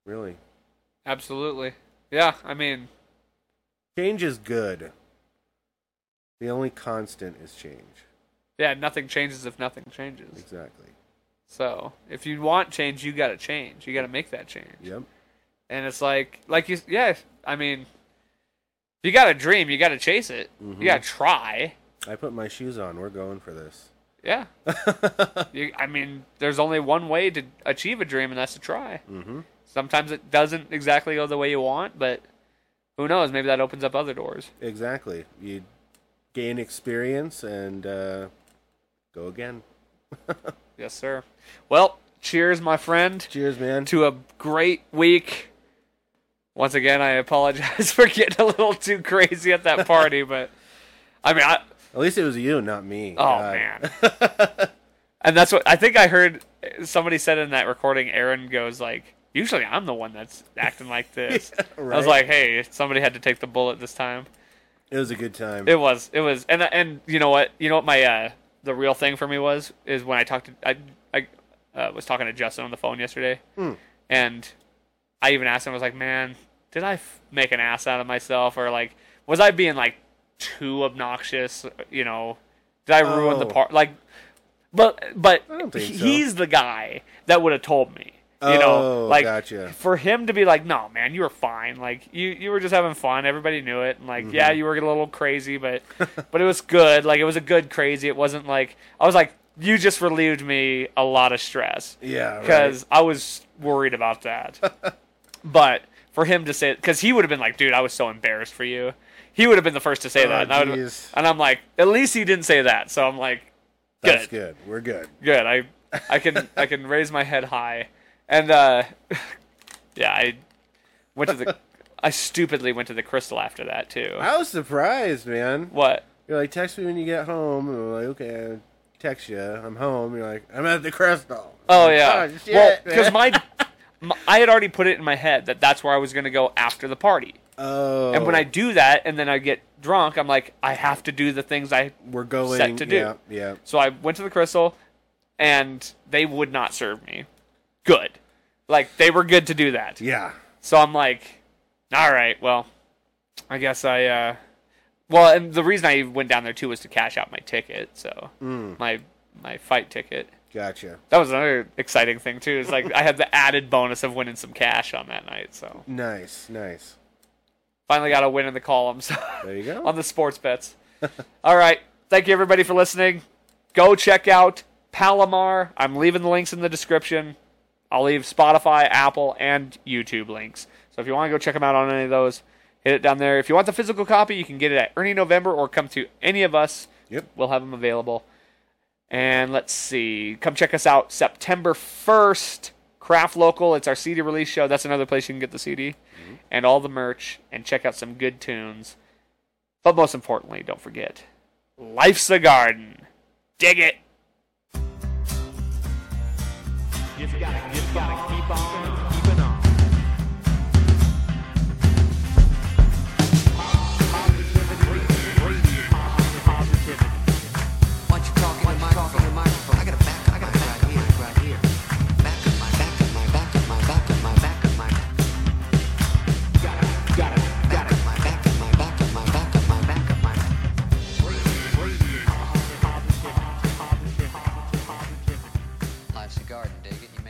Really,
Absolutely. Yeah, I mean,
change is good. The only constant is change.
yeah, nothing changes if nothing changes.
Exactly.
So, if you want change, you got to change. You got to make that change.
Yep.
And it's like like you yeah, I mean, you got a dream, you got to chase it. You got to try.
I put my shoes on. We're going for this.
Yeah. you, I mean, there's only one way to achieve a dream, and that's to try. Mm-hmm. Sometimes it doesn't exactly go the way you want, but who knows? Maybe that opens up other doors.
Exactly. You gain experience and uh, go again.
Yes, sir. Well, cheers, my friend,
Cheers, man.
to a great week. Once again, I apologize for getting a little too crazy at that party, but I mean, I,
At least it was you, not me.
Oh
God.
man. and that's what I think I heard somebody said in that recording Aaron goes like usually I'm the one that's acting like this. I was
right.
like, "Hey, somebody had to take the bullet this time."
It was a good time.
It was it was and and you know what? You know what my uh the real thing for me was is when I talked to I I uh, was talking to Justin on the phone yesterday.
Hmm.
And I even asked him I was like, "Man, did I f- make an ass out of myself or like was I being like too obnoxious, you know? Did I ruin the
Oh.
part like but but
don't think
he-
so.
he's the guy that would have told me. You know,
Oh,
like
gotcha.
for him to be like, "No, man, you were fine. Like you, you were just having fun. Everybody knew it. And
Mm-hmm.
like, yeah, you were a little crazy, but but it was good. Like it was a good crazy. It wasn't like I was like, you just relieved me a lot of stress
yeah. Right.
because I was worried about that. but for him to say, because he would have been like, dude, I was so embarrassed for you. He would have been the first to say
Oh,
that, and, I would've-
jeez.
and I'm like, at least he didn't say that. So I'm like, good,
That's good. We're good.
good. I, I can, I can raise my head high, and uh, yeah, I went to the, I stupidly went to the crystal after that too.
I was surprised, man.
What?
You're like, text me when you get home. And I'm like, okay, I text you. I'm home. You're like, I'm at the Crystal.
Oh yeah.
Oh, shit,
well, because
man.
my, my, I had already put it in my head that that's where I was gonna go after the party.
Oh.
And when I do that, and then I get drunk, I'm like, I have to do the things I.
we're going
set to do.
Yeah. yeah.
So I went to the Crystal, and they would not serve me. Good, like they were good to do that.
Yeah.
So I'm like, all right, well, I guess I. uh Well, and the reason I went down there too was to cash out my ticket. So
Mm.
my my fight ticket.
Gotcha.
That was another exciting thing too. It's like I had the added bonus of winning some cash on that night. So
Nice. Nice.
finally got a win in the columns.
There you go.
on the sports bets. All right. Thank you, everybody, for listening. Go check out Palomar. I'm leaving the links in the description. I'll leave Spotify, Apple, and YouTube links. So if you want to go check them out on any of those, hit it down there. If you want the physical copy, you can get it at Ernie November or come to any of us.
Yep.
We'll have them available. And let's see. Come check us out September 1st. Craft Local. It's our CD release show. That's another place you can get the CD and all the merch and check out some good tunes. But most importantly, don't forget life's a garden. Dig it.
just gotta, just gotta keep on keeping on. Why don't you talk in the microphone? In the microphone. I got a back, I got a back right here, right here. Back of my, back of my, back of my, back of my, back of my. Got it, got it, got it. My back of my, back of my, back of my, back of my. Life's a garden, dig it. You